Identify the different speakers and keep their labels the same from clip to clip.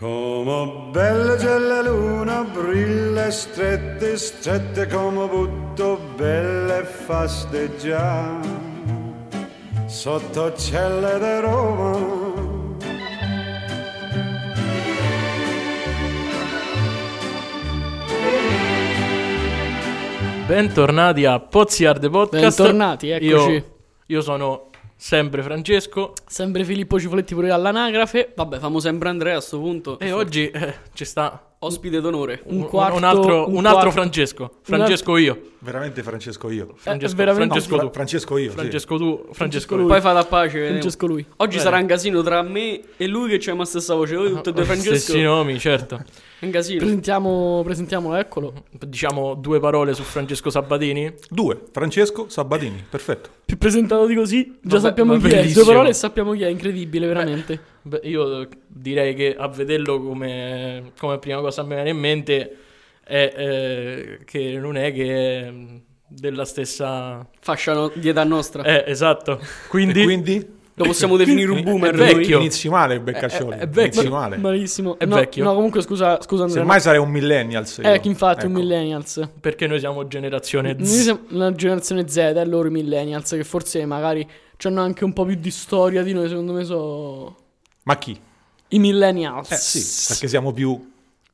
Speaker 1: Come belle c'è la luna, brille strette, strette come butto, belle faste già. Sotto celle di Roma.
Speaker 2: Bentornati a Pozziar The Podcast.
Speaker 3: Bentornati, eccoci.
Speaker 2: Io, io sono sempre Francesco
Speaker 3: Sempre Filippo Cifoletti pure all'anagrafe. Vabbè, famo sempre Andrea a sto punto.
Speaker 2: e oggi eh, ci sta
Speaker 3: ospite d'onore.
Speaker 2: un, un altro, un Eh, altro
Speaker 4: Eh,
Speaker 2: Francesco. Francesco io.
Speaker 5: Veramente Francesco io.
Speaker 2: Francesco,
Speaker 3: veramente-
Speaker 2: Francesco
Speaker 5: Fra-
Speaker 2: tu.
Speaker 5: Francesco io. sì.
Speaker 2: Francesco tu. Francesco
Speaker 3: Poi
Speaker 2: lui.
Speaker 3: fate a pace. vedremo.
Speaker 4: Francesco lui.
Speaker 3: Oggi sarà un casino tra me e lui che c'è la stessa voce. Voi tutti e
Speaker 2: Ah,
Speaker 3: due Francesco.
Speaker 2: Stessi nomi, certo.
Speaker 3: Un casino.
Speaker 4: Presentiamo, presentiamolo, eccolo.
Speaker 2: Diciamo due parole su Francesco Sabatini.
Speaker 5: Due, Francesco Sabatini, perfetto.
Speaker 4: Più presentato di così, già
Speaker 2: Vabbè,
Speaker 4: sappiamo
Speaker 2: va
Speaker 4: chi è.
Speaker 2: benissimo.
Speaker 4: Due parole e sappiamo chi è, incredibile, veramente.
Speaker 2: Beh, io eh, direi che a vederlo come, come prima cosa mi viene in mente è eh, che non è che è della stessa...
Speaker 3: Fasciano di età nostra.
Speaker 2: Eh, esatto.
Speaker 5: E
Speaker 2: Quindi...
Speaker 5: quindi
Speaker 3: Lo possiamo definire un boomer.
Speaker 2: è vecchio.
Speaker 3: lui.
Speaker 5: inizi male il Beccaccioli.
Speaker 2: È- è- è vecchio.
Speaker 5: Inizi male.
Speaker 4: Malissimo.
Speaker 2: È
Speaker 4: no,
Speaker 2: vecchio.
Speaker 4: No, comunque scusa, scusa Andrea.
Speaker 5: Semmai sarei un millennials. io.
Speaker 4: no. Ecco, infatti, un
Speaker 5: Ecco.
Speaker 4: millennials.
Speaker 2: Perché noi siamo generazione
Speaker 4: Noi
Speaker 2: Eh, Z.
Speaker 4: siamo la generazione Z e loro i millennials, che forse magari hanno anche un po' più di storia di noi, secondo me sono...
Speaker 5: Ma chi?
Speaker 4: I millennials.
Speaker 5: Eh sì, perché siamo più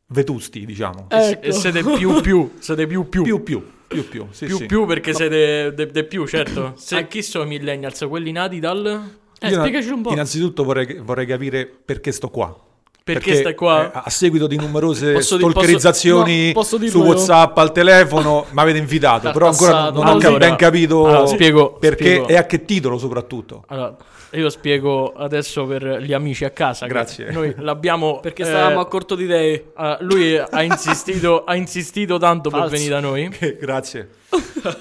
Speaker 5: vetusti, diciamo.
Speaker 4: Ecco.
Speaker 2: E siete più più, siete più più.
Speaker 5: Più più, più più. Sì,
Speaker 2: più,
Speaker 5: sì.
Speaker 2: più perché siete de, de più, certo. Se, chi sono i millennials? Quelli nati dal...
Speaker 4: Eh,
Speaker 5: Io na-
Speaker 4: spiegaci un po'.
Speaker 5: Innanzitutto vorrei, vorrei capire perché sto qua.
Speaker 2: Perché, stai qua?
Speaker 5: eh, a seguito di numerose
Speaker 3: Posso di-
Speaker 5: stalkerizzazioni
Speaker 4: posso- no, posso
Speaker 5: su
Speaker 4: dirlo io?
Speaker 5: WhatsApp al telefono, mi avete invitato, però ancora non ho
Speaker 2: Allora,
Speaker 5: cap- ben capito
Speaker 2: allora, spiego-
Speaker 5: perché
Speaker 2: spiego.
Speaker 5: e a che titolo soprattutto.
Speaker 2: Allora, io spiego adesso per gli amici a casa. che
Speaker 5: Grazie.
Speaker 2: Noi l'abbiamo...
Speaker 3: Perché stavamo
Speaker 2: eh,
Speaker 3: a corto di idee.
Speaker 2: Ah, lui ha insistito, ha insistito tanto
Speaker 3: Falso.
Speaker 2: per venire da noi
Speaker 5: Eh, Grazie.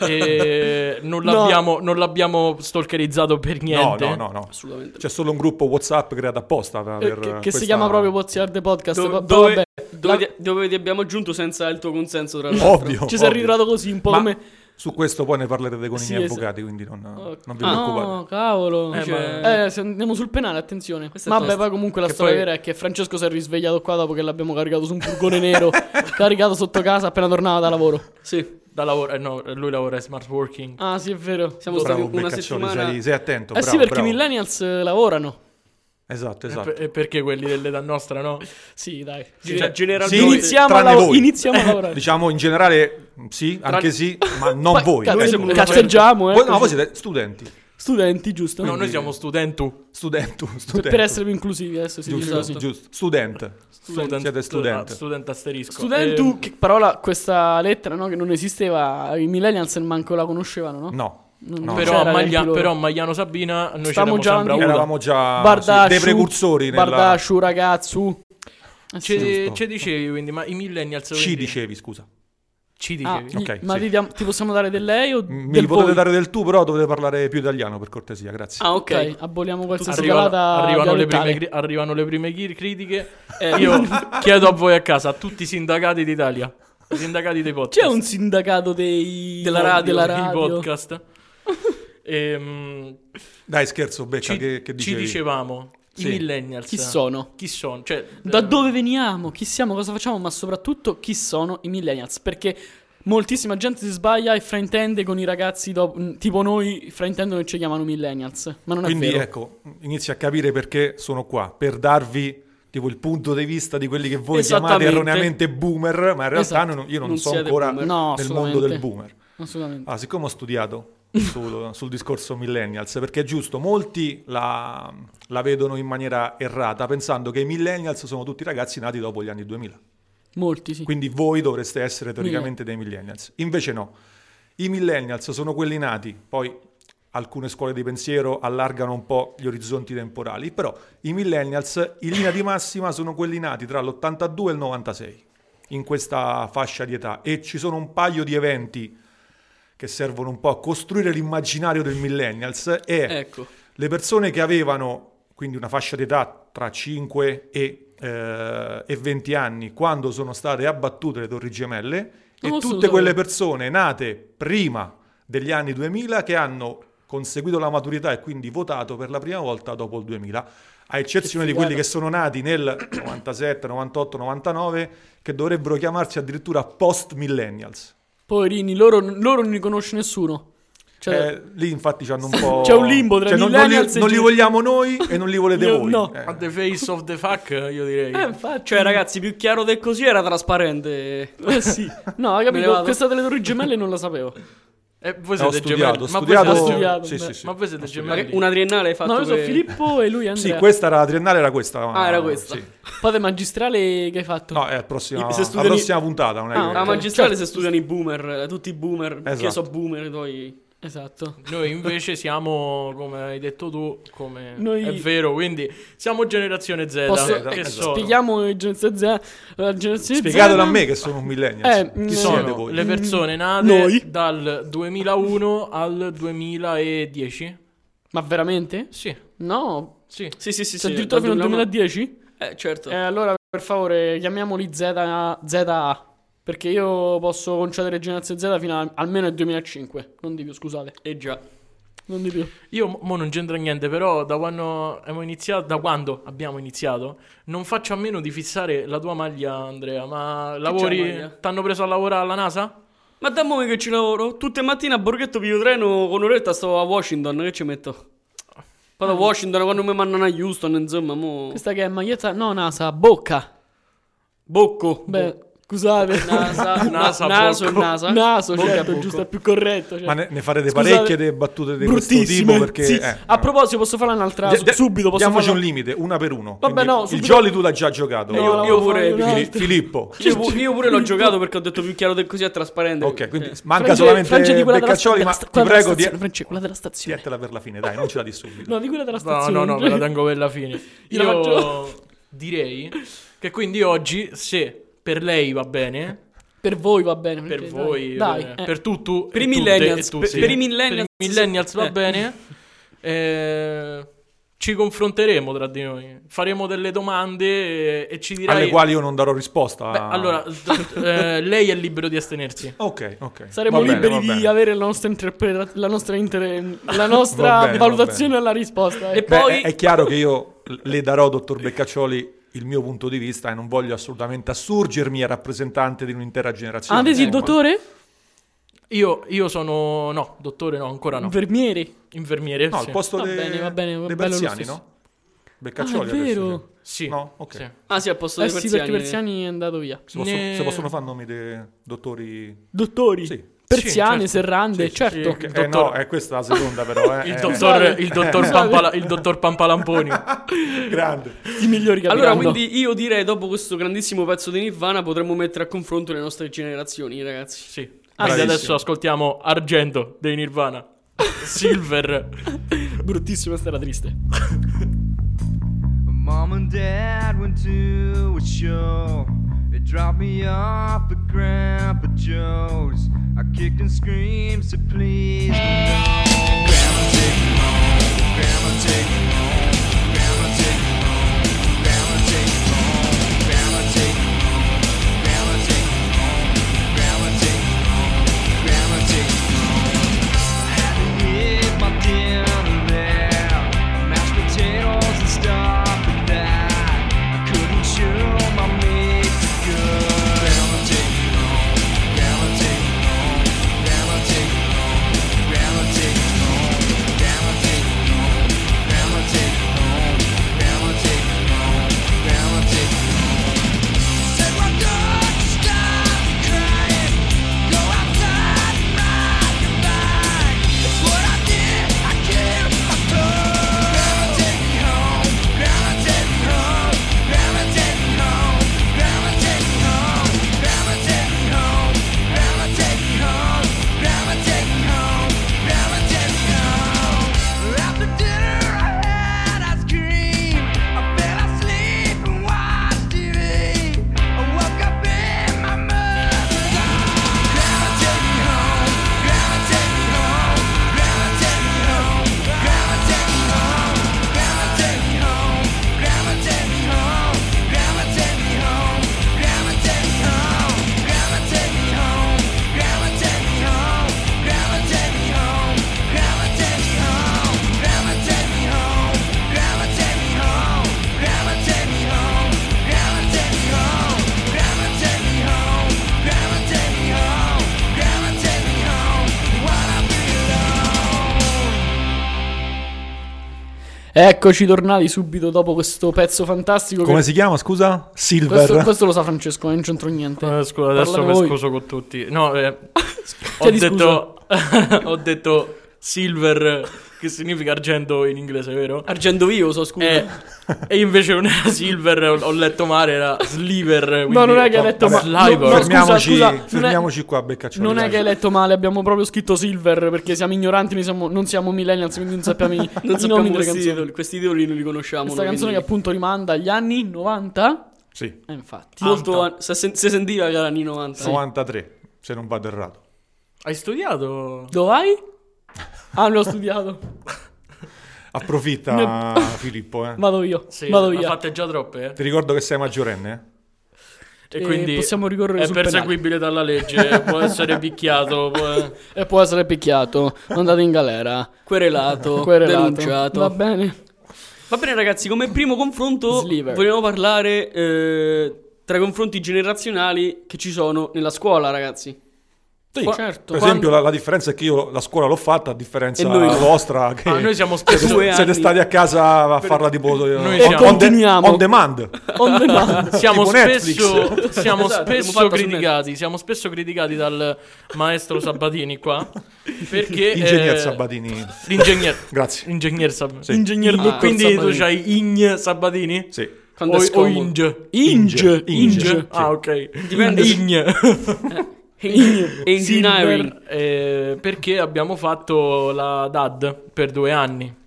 Speaker 2: e non l'abbiamo, non l'abbiamo stalkerizzato per niente.
Speaker 5: No, no, no, no.
Speaker 3: Assolutamente.
Speaker 5: C'è solo un gruppo WhatsApp creato apposta per
Speaker 4: Eh, che- che
Speaker 5: questa-
Speaker 4: si chiama proprio Pozziar The Podcast.
Speaker 3: Do-
Speaker 4: va-
Speaker 3: dove,
Speaker 4: vabbè.
Speaker 3: dove ti, dove ti abbiamo aggiunto senza il tuo consenso, tra l'altro?
Speaker 5: Ovvio.
Speaker 4: Ci sei
Speaker 5: ovvio.
Speaker 4: ritrovato così, un po'
Speaker 5: Ma
Speaker 4: come...
Speaker 5: su questo poi ne parlerete con
Speaker 4: Sì,
Speaker 5: i miei
Speaker 4: es-
Speaker 5: avvocati, quindi non, non vi
Speaker 4: Ah,
Speaker 5: preoccupate.
Speaker 4: No, cavolo.
Speaker 2: Eh,
Speaker 4: Cioè-
Speaker 2: ma-
Speaker 4: eh, se andiamo sul penale, attenzione.
Speaker 3: Questa è
Speaker 4: Vabbè,
Speaker 3: tosta.
Speaker 4: poi comunque la
Speaker 2: Che
Speaker 4: storia
Speaker 2: poi-
Speaker 4: vera è che Francesco si è risvegliato qua dopo che l'abbiamo caricato su un furgone nero, caricato sotto casa appena tornava da lavoro.
Speaker 3: Sì,
Speaker 2: Da lavoro, eh, no, lui lavora in smart working.
Speaker 4: Ah, sì, è vero.
Speaker 3: siamo
Speaker 5: Bravo,
Speaker 3: stati una
Speaker 5: Beccaccioli,
Speaker 3: settimana...
Speaker 5: sei, sei attento.
Speaker 4: eh
Speaker 5: bravo,
Speaker 4: sì, perché
Speaker 5: bravo.
Speaker 4: i Eh, millennials eh, lavorano.
Speaker 5: Esatto,
Speaker 2: E
Speaker 5: esatto.
Speaker 2: per- e eh, perché quelli dell'età nostra, no?
Speaker 4: Sì, dai.
Speaker 3: Ge-
Speaker 2: Cioè,
Speaker 3: generalmente...
Speaker 5: sì,
Speaker 3: Noi-
Speaker 4: Iniziamo, a,
Speaker 5: tranne
Speaker 4: lavo-
Speaker 5: voi.
Speaker 4: iniziamo a lavorare.
Speaker 5: Diciamo in generale mm, sì, anche sì, ma non
Speaker 4: Poi
Speaker 5: voi.
Speaker 4: cazze-
Speaker 5: Ecco.
Speaker 3: siamo una
Speaker 4: cazzeggiamo, eh.
Speaker 5: Voi- no, voi
Speaker 4: così.
Speaker 5: siete studenti.
Speaker 4: Studenti, giusto?
Speaker 2: No, noi siamo studentu.
Speaker 5: Studento,
Speaker 4: Per-
Speaker 5: studente.
Speaker 4: per essere più inclusivi, adesso esatto. si dice
Speaker 5: giusto,
Speaker 4: così.
Speaker 5: giusto. Student.
Speaker 2: Student,
Speaker 5: Siete studente.
Speaker 2: ah, student asterisco.
Speaker 5: Ecco, ehm,
Speaker 4: Studentu,
Speaker 2: Eh,
Speaker 4: che parola, questa lettera, no? Che non esisteva, i millennials manco la conoscevano, no?
Speaker 5: No.
Speaker 4: Non-
Speaker 5: no.
Speaker 2: però,
Speaker 4: c'era
Speaker 2: a Maglia-
Speaker 4: neanche loro.
Speaker 2: però a Magliano Sabina noi c'eravamo
Speaker 4: Stiamo già
Speaker 2: sempre
Speaker 4: andando.
Speaker 2: avuta.
Speaker 5: Eravamo già sì,
Speaker 4: Bardasciu,
Speaker 5: dei precursori nella
Speaker 4: Bardasciu, ragazzu. Eh sì.
Speaker 2: Ci,
Speaker 5: Giusto.
Speaker 2: ci dicevi quindi, ma i millennials...
Speaker 5: Ci
Speaker 2: quindi-
Speaker 5: dicevi, scusa.
Speaker 2: Ci
Speaker 4: Ah,
Speaker 2: dicevi.
Speaker 4: gli-
Speaker 5: Ok,
Speaker 4: ma
Speaker 5: sì.
Speaker 4: ti, diam- ti possiamo dare del lei o
Speaker 5: Mi
Speaker 4: del
Speaker 5: potete
Speaker 4: voi?
Speaker 5: dare del tu, però dovete parlare più italiano, per cortesia, grazie.
Speaker 3: Ah,
Speaker 4: Ok,
Speaker 3: ok.
Speaker 4: aboliamo qualsiasi
Speaker 2: Arrivano,
Speaker 4: calata
Speaker 2: arrivano le prime,
Speaker 4: dialettale.
Speaker 2: cri- arrivano le prime chi- critiche. Eh, io chiedo a voi a casa, a tutti i sindacati d'Italia, i sindacati dei podcast,
Speaker 4: C'è un sindacato dei...
Speaker 2: della radio,
Speaker 4: della
Speaker 2: dei
Speaker 4: radio.
Speaker 2: podcast. Ehm,
Speaker 5: Dai, scherzo, Becca,
Speaker 2: ci,
Speaker 5: che, che
Speaker 2: ci
Speaker 5: dicevi?
Speaker 2: dicevamo, i
Speaker 5: Sì.
Speaker 2: millennials.
Speaker 4: Chi sono?
Speaker 2: Chi sono? Cioè,
Speaker 4: Da
Speaker 2: eh,
Speaker 4: dove veniamo? Chi siamo? Cosa facciamo? Ma soprattutto chi sono i millennials? Perché moltissima gente si sbaglia e fraintende con i ragazzi dopo- mh, tipo noi fraintendono e ci chiamano millennials. Ma non
Speaker 5: Quindi
Speaker 4: è vero.
Speaker 5: ecco, inizi a capire perché sono qua, per darvi tipo il punto di vista di quelli che voi chiamate
Speaker 3: Esattamente.
Speaker 5: erroneamente boomer, ma in realtà
Speaker 4: Esatto.
Speaker 5: non- io non,
Speaker 3: Non
Speaker 5: so
Speaker 3: siete
Speaker 5: ancora
Speaker 3: boomer.
Speaker 4: No,
Speaker 5: nel mondo del
Speaker 4: assolutamente.
Speaker 5: boomer.
Speaker 4: Assolutamente.
Speaker 5: Ah, siccome ho studiato sul, sul discorso millennials, perché è giusto, molti la, la vedono in maniera errata, pensando che i millennials sono tutti ragazzi nati dopo gli anni 2000.
Speaker 4: Molti sì.
Speaker 5: Quindi voi dovreste essere teoricamente dei millennials. Invece no, i millennials sono quelli nati, poi alcune scuole di pensiero allargano un po' gli orizzonti temporali, però i millennials in linea di massima sono quelli nati tra l'82 e il 96, in questa fascia di età. E ci sono un paio di eventi che servono un po' a costruire l'immaginario del millennials e
Speaker 3: Ecco.
Speaker 5: le persone che avevano quindi una fascia d'età tra 5 e, eh, e 20 anni quando sono state abbattute le Torri Gemelle e
Speaker 4: Oh,
Speaker 5: tutte quelle
Speaker 4: assolutamente.
Speaker 5: persone nate prima degli anni 2000 che hanno conseguito la maturità e quindi votato per la prima volta dopo il 2000. a eccezione di
Speaker 4: figata.
Speaker 5: quelli che sono nati nel 97, 98, 99, che dovrebbero chiamarsi addirittura post millennials.
Speaker 4: Poverini, loro, loro non li conosce nessuno. Cioè,
Speaker 5: Eh, lì infatti c'hanno un po'...
Speaker 4: C'è un limbo tra
Speaker 5: Cioè, non, non li,
Speaker 4: millennials e
Speaker 5: non li
Speaker 4: gen-
Speaker 5: vogliamo noi e non li volete
Speaker 4: Io
Speaker 5: voi.
Speaker 4: no.
Speaker 5: Eh,
Speaker 2: At the face of the fuck, io direi.
Speaker 4: eh, infatti,
Speaker 3: Cioè, ragazzi, più chiaro del così era trasparente.
Speaker 4: eh, sì. No, hai
Speaker 3: Me ne
Speaker 4: capito,
Speaker 3: vado.
Speaker 4: questa delle torri gemelle non la sapevo.
Speaker 2: Eh, voi
Speaker 5: ho
Speaker 2: siete gemelli.
Speaker 5: studiato, ho
Speaker 2: ma voi siete
Speaker 5: studiato...
Speaker 4: studiato,
Speaker 5: sì,
Speaker 4: beh,
Speaker 5: sì, sì.
Speaker 2: Ma voi siete
Speaker 3: Ma che-
Speaker 2: gemelli.
Speaker 3: Una triennale hai fatto.
Speaker 4: No, io sono
Speaker 3: per-
Speaker 4: Filippo e lui è
Speaker 5: Sì,
Speaker 4: Andrea.
Speaker 5: questa era la triennale, era questa.
Speaker 3: Ah, era questa.
Speaker 5: Sì.
Speaker 4: Fate magistrale che hai fatto?
Speaker 5: No, è la prossima,
Speaker 3: Se
Speaker 5: la
Speaker 3: studiano-
Speaker 5: prossima puntata. Non è
Speaker 4: Ah,
Speaker 5: che-
Speaker 3: La
Speaker 4: ok.
Speaker 3: magistrale
Speaker 4: Certo.
Speaker 3: se studiano i boomer, eh, tutti i boomer,
Speaker 5: Esatto.
Speaker 3: che so boomer poi.
Speaker 5: Eh,
Speaker 4: Esatto.
Speaker 2: Noi invece siamo, come hai detto tu, come
Speaker 4: Noi-
Speaker 2: è vero, quindi siamo generazione Z.
Speaker 4: Posso-
Speaker 2: che
Speaker 5: eh,
Speaker 2: so,
Speaker 4: Spieghiamo eh, Generazione Z. la generazione Z-
Speaker 5: Spiegatelo a me che sono un millennial.
Speaker 4: Eh,
Speaker 5: Chi
Speaker 4: mm,
Speaker 2: chi
Speaker 5: siete
Speaker 2: sono
Speaker 5: voi?
Speaker 2: le persone nate
Speaker 4: Noi.
Speaker 2: dal 2001 al 2010?
Speaker 4: Ma veramente?
Speaker 2: Sì,
Speaker 4: No.
Speaker 2: sì.
Speaker 3: Sì, sì, sì,
Speaker 4: Cioè,
Speaker 3: sì.
Speaker 4: addirittura fino al 2010?
Speaker 3: Eh, certo.
Speaker 4: Eh, allora, per favore, chiamiamoli Z, ZA. Perché io posso concedere Generazione Z fino a- almeno al 2005. Non di più, scusate.
Speaker 3: E eh, già.
Speaker 4: Non di più.
Speaker 2: Io mo- mo non c'entra niente, però da quando abbiamo iniziato, da quando abbiamo iniziato, non faccio a meno di fissare la tua maglia, Andrea. Ma
Speaker 3: maglia?
Speaker 2: lavori? T'hanno preso a lavorare alla NASA?
Speaker 3: Ma da mo' che ci lavoro? Tutte le mattine a Borghetto piglio treno con un'oretta sto a Washington, che ci metto? Vado a Washington quando mi mandano a Houston, insomma, mo...
Speaker 4: Ah. Questa che è maglietta. No, NASA, bocca.
Speaker 3: Bocco.
Speaker 4: Beh, scusate.
Speaker 3: Nasa,
Speaker 2: Nasa,
Speaker 3: nasa, naso,
Speaker 2: bocco.
Speaker 3: nasa.
Speaker 4: Naso,
Speaker 3: Bocca,
Speaker 4: certo,
Speaker 3: bocco.
Speaker 4: giusto, è più corretto. Cioè.
Speaker 5: Ma ne, ne farete
Speaker 4: Scusate,
Speaker 5: parecchie delle battute di questo
Speaker 4: Bruttissime.
Speaker 5: tipo perché...
Speaker 4: Sì.
Speaker 5: eh,
Speaker 4: a
Speaker 5: no.
Speaker 4: proposito, posso fare un'altra?
Speaker 5: Di- di-
Speaker 4: subito posso
Speaker 5: Diamoci
Speaker 4: fare
Speaker 5: un limite, una per uno.
Speaker 4: Vabbè,
Speaker 5: Quindi
Speaker 4: no,
Speaker 5: il
Speaker 4: subito-
Speaker 5: Jolly tu l'hai già giocato.
Speaker 3: io-
Speaker 4: la
Speaker 3: io
Speaker 4: volevo
Speaker 3: pure-
Speaker 4: fare
Speaker 5: Fili-
Speaker 4: un'altra.
Speaker 5: Filippo.
Speaker 3: Io,
Speaker 4: Cioè,
Speaker 3: pu- io pure l'ho giocato perché ho detto più chiaro del così è trasparente.
Speaker 5: Ok, quindi
Speaker 3: Eh.
Speaker 5: manca solamente
Speaker 4: di quella della, sta-
Speaker 5: Beccaccioli,
Speaker 4: della
Speaker 5: ma
Speaker 4: sta-
Speaker 5: ti
Speaker 4: quella della
Speaker 5: prego di...
Speaker 4: stazione, Francesco, quella della stazione.
Speaker 5: Tientela per la fine, dai, non ce la di subito.
Speaker 4: No, di quella della
Speaker 2: No,
Speaker 4: stazione.
Speaker 2: no, no, me la tengo per la fine.
Speaker 4: Gliela
Speaker 2: Io
Speaker 4: faccio-
Speaker 2: direi che quindi oggi, se per lei va bene,
Speaker 4: Per voi va bene.
Speaker 2: per
Speaker 4: perché,
Speaker 2: voi,
Speaker 4: Dai,
Speaker 2: eh,
Speaker 4: eh.
Speaker 2: per tutto,
Speaker 3: Per i millennials, per- per i millennials, sì.
Speaker 2: va
Speaker 3: Eh.
Speaker 2: bene, eh, ci confronteremo tra di noi, faremo delle domande eh, e ci dirai...
Speaker 5: Alle quali io non darò risposta.
Speaker 2: Beh, allora, d- eh, lei è libero di astenersi.
Speaker 5: Ok, ok.
Speaker 4: Saremo
Speaker 5: Va bene,
Speaker 4: liberi
Speaker 5: va
Speaker 4: di
Speaker 5: bene.
Speaker 4: avere la nostra interpreta- la nostra, inter- la nostra
Speaker 5: Va bene, va
Speaker 4: valutazione alla risposta. eh.
Speaker 3: E
Speaker 5: Beh,
Speaker 3: poi...
Speaker 5: è, è chiaro che io le darò, dottor Beccaccioli, il mio punto di vista e non voglio assolutamente assurgermi a rappresentante di un'intera generazione. Eh,
Speaker 4: Ah, vedi il
Speaker 5: insomma.
Speaker 4: dottore?
Speaker 2: Io, io sono... no, dottore no, ancora no.
Speaker 4: Infermiere.
Speaker 2: Infermiere,
Speaker 5: No,
Speaker 2: sì.
Speaker 5: al posto
Speaker 4: Va
Speaker 5: dei-
Speaker 4: bene, va bene, va
Speaker 5: dei
Speaker 4: bello lo
Speaker 5: persiani,
Speaker 4: stesso.
Speaker 5: no?
Speaker 4: Ah, è
Speaker 5: Beccaccioli adesso, cioè,
Speaker 4: vero.
Speaker 2: Sì.
Speaker 5: No? Ok.
Speaker 2: sì.
Speaker 3: Ah sì, al posto
Speaker 4: Eh
Speaker 3: dei
Speaker 4: sì, perché
Speaker 3: persiani.
Speaker 4: Persiani è andato via.
Speaker 5: sì. Se, posso-
Speaker 2: Ne-
Speaker 5: se possono fare nomi dei dottori...
Speaker 4: Dottori.
Speaker 5: Sì.
Speaker 2: Sì, certo.
Speaker 4: Persiane, serrande,
Speaker 5: Sì, sì,
Speaker 4: certo.
Speaker 2: sì,
Speaker 5: Eh,
Speaker 2: dottor-
Speaker 5: no, è questa la seconda però. eh.
Speaker 2: Il
Speaker 5: Eh,
Speaker 2: dottor, il dottor, Pampala- il dottor Pampalamponi.
Speaker 5: Grande.
Speaker 4: I migliori capiranno.
Speaker 3: Allora, quindi io direi dopo questo grandissimo pezzo di Nirvana potremmo mettere a confronto le nostre generazioni, ragazzi.
Speaker 2: Sì. Quindi
Speaker 5: Bravissimo.
Speaker 2: adesso ascoltiamo Argento dei Nirvana. Silver.
Speaker 4: Bruttissima stella triste.
Speaker 6: Mom and Dad went to a show. They dropped me off at Grandpa Joe's. I kicked and screamed, so please belong. Grandma take me home. Grandma take me home. Grandma take me home. Grandma take me home. Grandma take me home. Grandma take me home. Grandma take me home. Grandma take me home. Take
Speaker 4: Eccoci tornati subito dopo questo pezzo fantastico.
Speaker 5: Come
Speaker 4: che-
Speaker 5: si chiama, scusa? Silver.
Speaker 4: questo, questo lo sa Francesco, non c'entro niente.
Speaker 2: Eh, scusa, adesso
Speaker 4: Parlate
Speaker 2: mi
Speaker 4: voi.
Speaker 2: scuso con tutti. No, eh, ho,
Speaker 4: Chiedi
Speaker 2: detto, ho detto silver, che significa argento in inglese, vero?
Speaker 3: Argento vivo, so scusa.
Speaker 2: Eh, e invece non era silver, ho ho letto male, era sliver. quindi-
Speaker 4: No, non è che hai letto
Speaker 5: vabbè,
Speaker 4: male.
Speaker 2: Sliver.
Speaker 4: No, no, scusa,
Speaker 5: fermiamoci
Speaker 4: scusa, non è-
Speaker 5: fermiamoci qua a beccacciare.
Speaker 4: Non è
Speaker 5: dai.
Speaker 4: che hai letto male, abbiamo proprio scritto Silver perché siamo ignoranti, noi siamo- non siamo millennials, quindi non sappiamo i,
Speaker 3: non
Speaker 4: i
Speaker 3: sappiamo
Speaker 4: nomi delle
Speaker 3: questi
Speaker 4: canzoni.
Speaker 3: titoli, questi titoli non li conosciamo.
Speaker 4: Questa
Speaker 3: noi,
Speaker 4: canzone che
Speaker 3: quindi-
Speaker 4: appunto rimanda agli anni 90.
Speaker 5: Sì,
Speaker 4: Eh, infatti.
Speaker 3: molto an- se, sen- se sentiva che era anni 90.
Speaker 5: 93, se non vado errato.
Speaker 2: Hai studiato?
Speaker 4: Dove vai? Ah, l'ho studiato.
Speaker 5: Approfitta, Filippo. eh.
Speaker 4: Vado io.
Speaker 2: Sì,
Speaker 4: vado
Speaker 2: ne
Speaker 4: io.
Speaker 2: ha fatte già troppe.
Speaker 5: Ti ricordo che sei maggiorenne.
Speaker 2: eh. E
Speaker 4: Eh,
Speaker 2: quindi
Speaker 4: possiamo ricorrere
Speaker 2: è
Speaker 4: sul
Speaker 2: perseguibile dalla legge, può essere picchiato. può-
Speaker 4: E può essere picchiato, mandato in galera,
Speaker 3: Querelato,
Speaker 4: querelato.
Speaker 3: Oh, denunciato.
Speaker 4: Va
Speaker 3: Va,
Speaker 4: bene.
Speaker 3: bene ragazzi, come primo confronto
Speaker 4: Sliver.
Speaker 3: vogliamo parlare eh, tra i confronti generazionali che ci sono nella scuola, ragazzi.
Speaker 4: Sì,
Speaker 3: Qua-
Speaker 4: certo.
Speaker 5: Per esempio, la, la differenza è che io la scuola l'ho fatta, a differenza
Speaker 3: E noi no.
Speaker 5: vostra. Che
Speaker 2: Ah, noi siamo
Speaker 5: siete,
Speaker 2: spesso...
Speaker 3: due
Speaker 5: siete
Speaker 3: anni.
Speaker 5: stati a casa a farla tipo
Speaker 2: Noi
Speaker 5: eh,
Speaker 2: siamo-
Speaker 5: on, de-
Speaker 4: Continuiamo.
Speaker 5: on demand.
Speaker 4: On demand.
Speaker 2: Siamo
Speaker 5: Tipo
Speaker 2: spesso, siamo
Speaker 3: Esatto, l'abbiamo
Speaker 2: spesso
Speaker 3: fatta su
Speaker 2: criticati. Siamo spesso criticati dal maestro Sabatini qua. Perché.
Speaker 5: Ingegner
Speaker 2: eh,
Speaker 5: Sabatini.
Speaker 2: L'ingegner.
Speaker 5: Grazie.
Speaker 2: Ingegner Sabatini.
Speaker 5: Sì.
Speaker 4: Ingegner
Speaker 2: Ah,
Speaker 4: Dottor
Speaker 2: quindi tu
Speaker 4: Sabatini.
Speaker 2: c'hai Ign Sabatini?
Speaker 5: Sì.
Speaker 3: Quando
Speaker 2: O,
Speaker 3: è
Speaker 2: o
Speaker 3: scomodo.
Speaker 2: Inge?
Speaker 4: Inge.
Speaker 5: Inge. Inge.
Speaker 4: Inge.
Speaker 2: Ah, ok.
Speaker 3: Dipende se-
Speaker 2: Ign.
Speaker 3: Engineering.
Speaker 2: Eh, perché abbiamo fatto la DAD per due anni.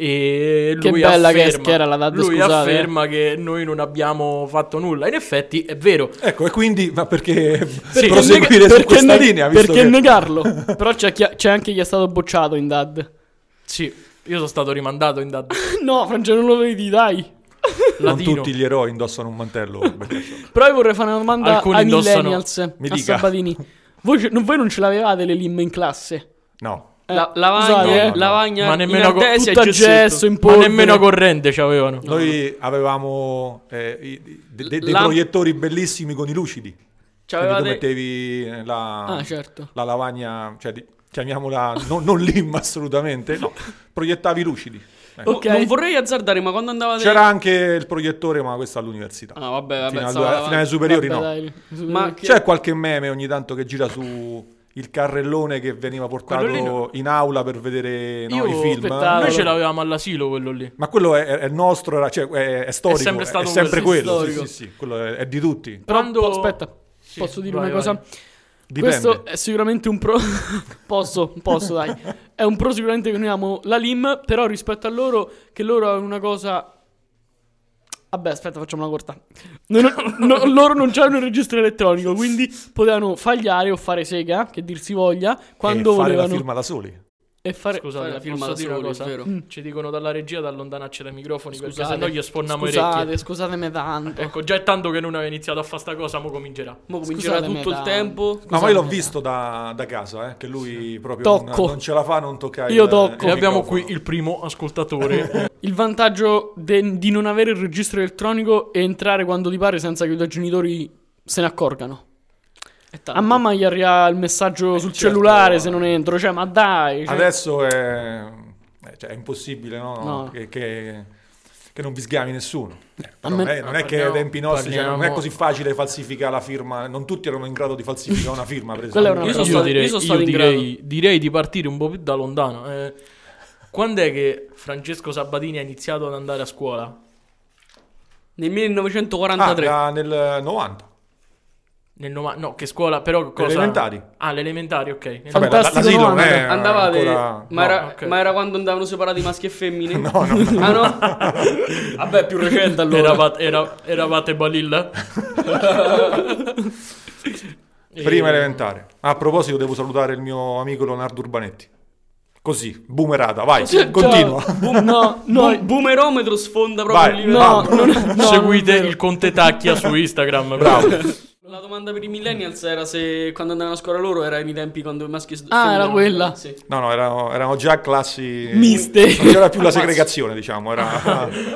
Speaker 2: E
Speaker 4: Che
Speaker 2: lui
Speaker 4: bella che-
Speaker 2: afferma-
Speaker 4: che era la DAD,
Speaker 2: Lui
Speaker 4: scusate. eh.
Speaker 2: afferma che noi non abbiamo fatto nulla. In effetti è vero.
Speaker 5: Ecco, e quindi, ma perché
Speaker 4: Perché
Speaker 5: proseguire
Speaker 4: nega-
Speaker 5: su
Speaker 4: perché
Speaker 5: questa
Speaker 4: ne-
Speaker 5: linea? visto
Speaker 4: perché
Speaker 5: che-
Speaker 4: negarlo? Però c'è, chi- c'è anche chi è stato bocciato in dad.
Speaker 2: Sì, io sono stato rimandato in DAD.
Speaker 4: No, Francia, non lo vedi, dai.
Speaker 5: non
Speaker 2: Latino.
Speaker 5: tutti gli eroi indossano un mantello. Beccaccione.
Speaker 4: Però io vorrei fare una domanda
Speaker 2: Alcuni
Speaker 4: ai
Speaker 2: indossano-
Speaker 4: millennials,
Speaker 5: Mi
Speaker 4: a
Speaker 5: dica.
Speaker 4: Sabatini. Voi, ce- non- voi non ce l'avevate le lim in classe?
Speaker 5: No.
Speaker 4: Eh,
Speaker 3: La- lavagna,
Speaker 4: scusate, eh.
Speaker 3: lavagna,
Speaker 2: Ma nemmeno con-
Speaker 3: inardesia e
Speaker 4: Tutta gesso, in
Speaker 2: Ma
Speaker 4: polvere.
Speaker 2: nemmeno corrente c'avevano.
Speaker 5: Noi avevamo eh, i- i- de- de- dei
Speaker 3: La-
Speaker 5: proiettori bellissimi con i lucidi. Quindi tu
Speaker 3: C'avevate-
Speaker 5: mettevi la,
Speaker 4: Ah, certo.
Speaker 5: la lavagna, cioè, di- chiamiamola non, non lim assolutamente, no, proiettavi i lucidi. Ecco.
Speaker 4: Oh,
Speaker 3: No,
Speaker 4: Ok.
Speaker 3: Non vorrei azzardare, ma quando andavate
Speaker 5: C'era anche il proiettore, ma questo all'università.
Speaker 3: Ah, vabbè, vabbè,
Speaker 5: fino, al-
Speaker 3: stavo
Speaker 5: fino
Speaker 3: davanti.
Speaker 5: alle superiori
Speaker 4: Vabbè,
Speaker 5: no.
Speaker 4: dai, su-
Speaker 3: Ma-
Speaker 4: che-
Speaker 5: C'è qualche meme ogni tanto che gira su il carrellone che veniva portato
Speaker 2: Quello lì no.
Speaker 5: in aula per vedere no,
Speaker 2: Io
Speaker 5: i film.
Speaker 4: aspettavo.
Speaker 2: Noi ce l'avevamo all'asilo quello lì.
Speaker 5: Ma quello è, è nostro, era- cioè, è, è storico, è
Speaker 2: sempre
Speaker 5: sempre,
Speaker 2: stato così,
Speaker 5: quello, sì,
Speaker 4: storico.
Speaker 5: sì, sì, quello è, è di tutti,
Speaker 4: Però,
Speaker 2: quando-
Speaker 4: po- aspetta,
Speaker 2: Sì,
Speaker 4: posso dire
Speaker 2: vai,
Speaker 4: una cosa?
Speaker 2: vai.
Speaker 5: dipende.
Speaker 4: Questo è sicuramente un pro. posso, posso, dai. È un pro sicuramente che noi amiamo la Lim, però rispetto a loro, che loro hanno una cosa. Vabbè, aspetta, facciamo una corta. Non- no, loro non c'hanno il registro elettronico, quindi potevano fagliare o fare sega, che dir si voglia, quando
Speaker 5: e fare
Speaker 4: volevano.
Speaker 5: la firma da soli.
Speaker 4: E fare.
Speaker 2: Scusate,
Speaker 3: Fai la firma
Speaker 2: posso
Speaker 3: da
Speaker 2: dire
Speaker 3: soli,
Speaker 2: una cosa?
Speaker 3: è vero.
Speaker 2: Mm. Ci dicono dalla regia di allontanarci dai microfoni perché
Speaker 4: Scusate.
Speaker 2: sennò gli sfonniamo i
Speaker 4: scusate,
Speaker 2: orecchie.
Speaker 4: scusatemi tanto.
Speaker 2: Ecco, già è tanto che non aveva iniziato a fare sta cosa, mo comincerà.
Speaker 3: Mo comincerà
Speaker 4: Scusatemi
Speaker 3: tutto il
Speaker 4: tanto.
Speaker 3: tempo.
Speaker 5: No, ma io l'ho
Speaker 4: Scusate.
Speaker 5: visto da, da casa, eh, che lui proprio
Speaker 4: Tocco.
Speaker 5: Non, non ce la fa a non toccare
Speaker 4: Io
Speaker 5: il-
Speaker 4: tocco.
Speaker 2: E
Speaker 5: il
Speaker 2: abbiamo
Speaker 5: microfono.
Speaker 2: qui il primo ascoltatore.
Speaker 4: Il vantaggio de- di non avere il registro elettronico è entrare quando ti pare senza che i tuoi genitori se ne accorgano.
Speaker 3: È
Speaker 4: A mamma gli arriva il messaggio sul
Speaker 5: certo.
Speaker 4: cellulare se non entro, cioè, ma dai. cioè-
Speaker 5: Adesso è, eh, cioè, è impossibile no?
Speaker 4: No.
Speaker 5: Che, che- che non vi sgami nessuno. Eh, però
Speaker 4: me-
Speaker 5: non è, non è che ai
Speaker 2: Parliamo-
Speaker 5: tempi nostri cioè, non è
Speaker 2: parliamo-
Speaker 5: così facile falsificare la firma, non tutti erano in grado di falsificare una firma, per
Speaker 4: Quella
Speaker 5: esempio.
Speaker 4: è una
Speaker 3: Io
Speaker 4: cosa.
Speaker 3: sono stato- io sono stato in
Speaker 2: direi, direi di partire un po' più da lontano. Eh, quando è che Francesco Sabatini ha iniziato ad andare a scuola?
Speaker 3: Nel
Speaker 5: Ah,
Speaker 3: 1943.
Speaker 5: era nel 90.
Speaker 2: Nel nova- no, che scuola? Però cosa?
Speaker 5: Le elementari.
Speaker 2: Ah, le elementari, ok. Nel-
Speaker 5: Vabbè, la-
Speaker 4: Fantastico
Speaker 5: l'asilo non
Speaker 4: 90.
Speaker 5: è
Speaker 3: Andavate,
Speaker 5: ancora-
Speaker 3: ma,
Speaker 5: no.
Speaker 3: era,
Speaker 2: ok.
Speaker 3: ma era quando andavano separati maschi e femmine?
Speaker 5: No, no, no.
Speaker 3: Ah no? Vabbè, più recente allora.
Speaker 2: Eravate, era- eravate balilla?
Speaker 5: Prima
Speaker 2: Eh,
Speaker 5: elementare. A proposito, devo salutare il mio amico Leonardo Urbanetti. Così, boomerata, vai,
Speaker 4: Cioè,
Speaker 5: continua.
Speaker 4: Boom, no, no,
Speaker 3: Bu- boomerometro sfonda proprio
Speaker 5: Vai,
Speaker 3: il livello.
Speaker 4: no,
Speaker 5: Mamma.
Speaker 4: non è- no,
Speaker 2: Seguite
Speaker 4: non è
Speaker 2: il Conte Tacchia su Instagram.
Speaker 5: Bravo.
Speaker 3: La domanda per i millennials era se quando andavano a scuola loro era i tempi quando i maschi e s-
Speaker 4: Ah,
Speaker 3: femmine
Speaker 4: era
Speaker 3: erano
Speaker 4: quella.
Speaker 3: separati, Sì.
Speaker 5: No, no, erano, erano già classi...
Speaker 4: Miste.
Speaker 5: Non c'era più la segregazione, diciamo. Era,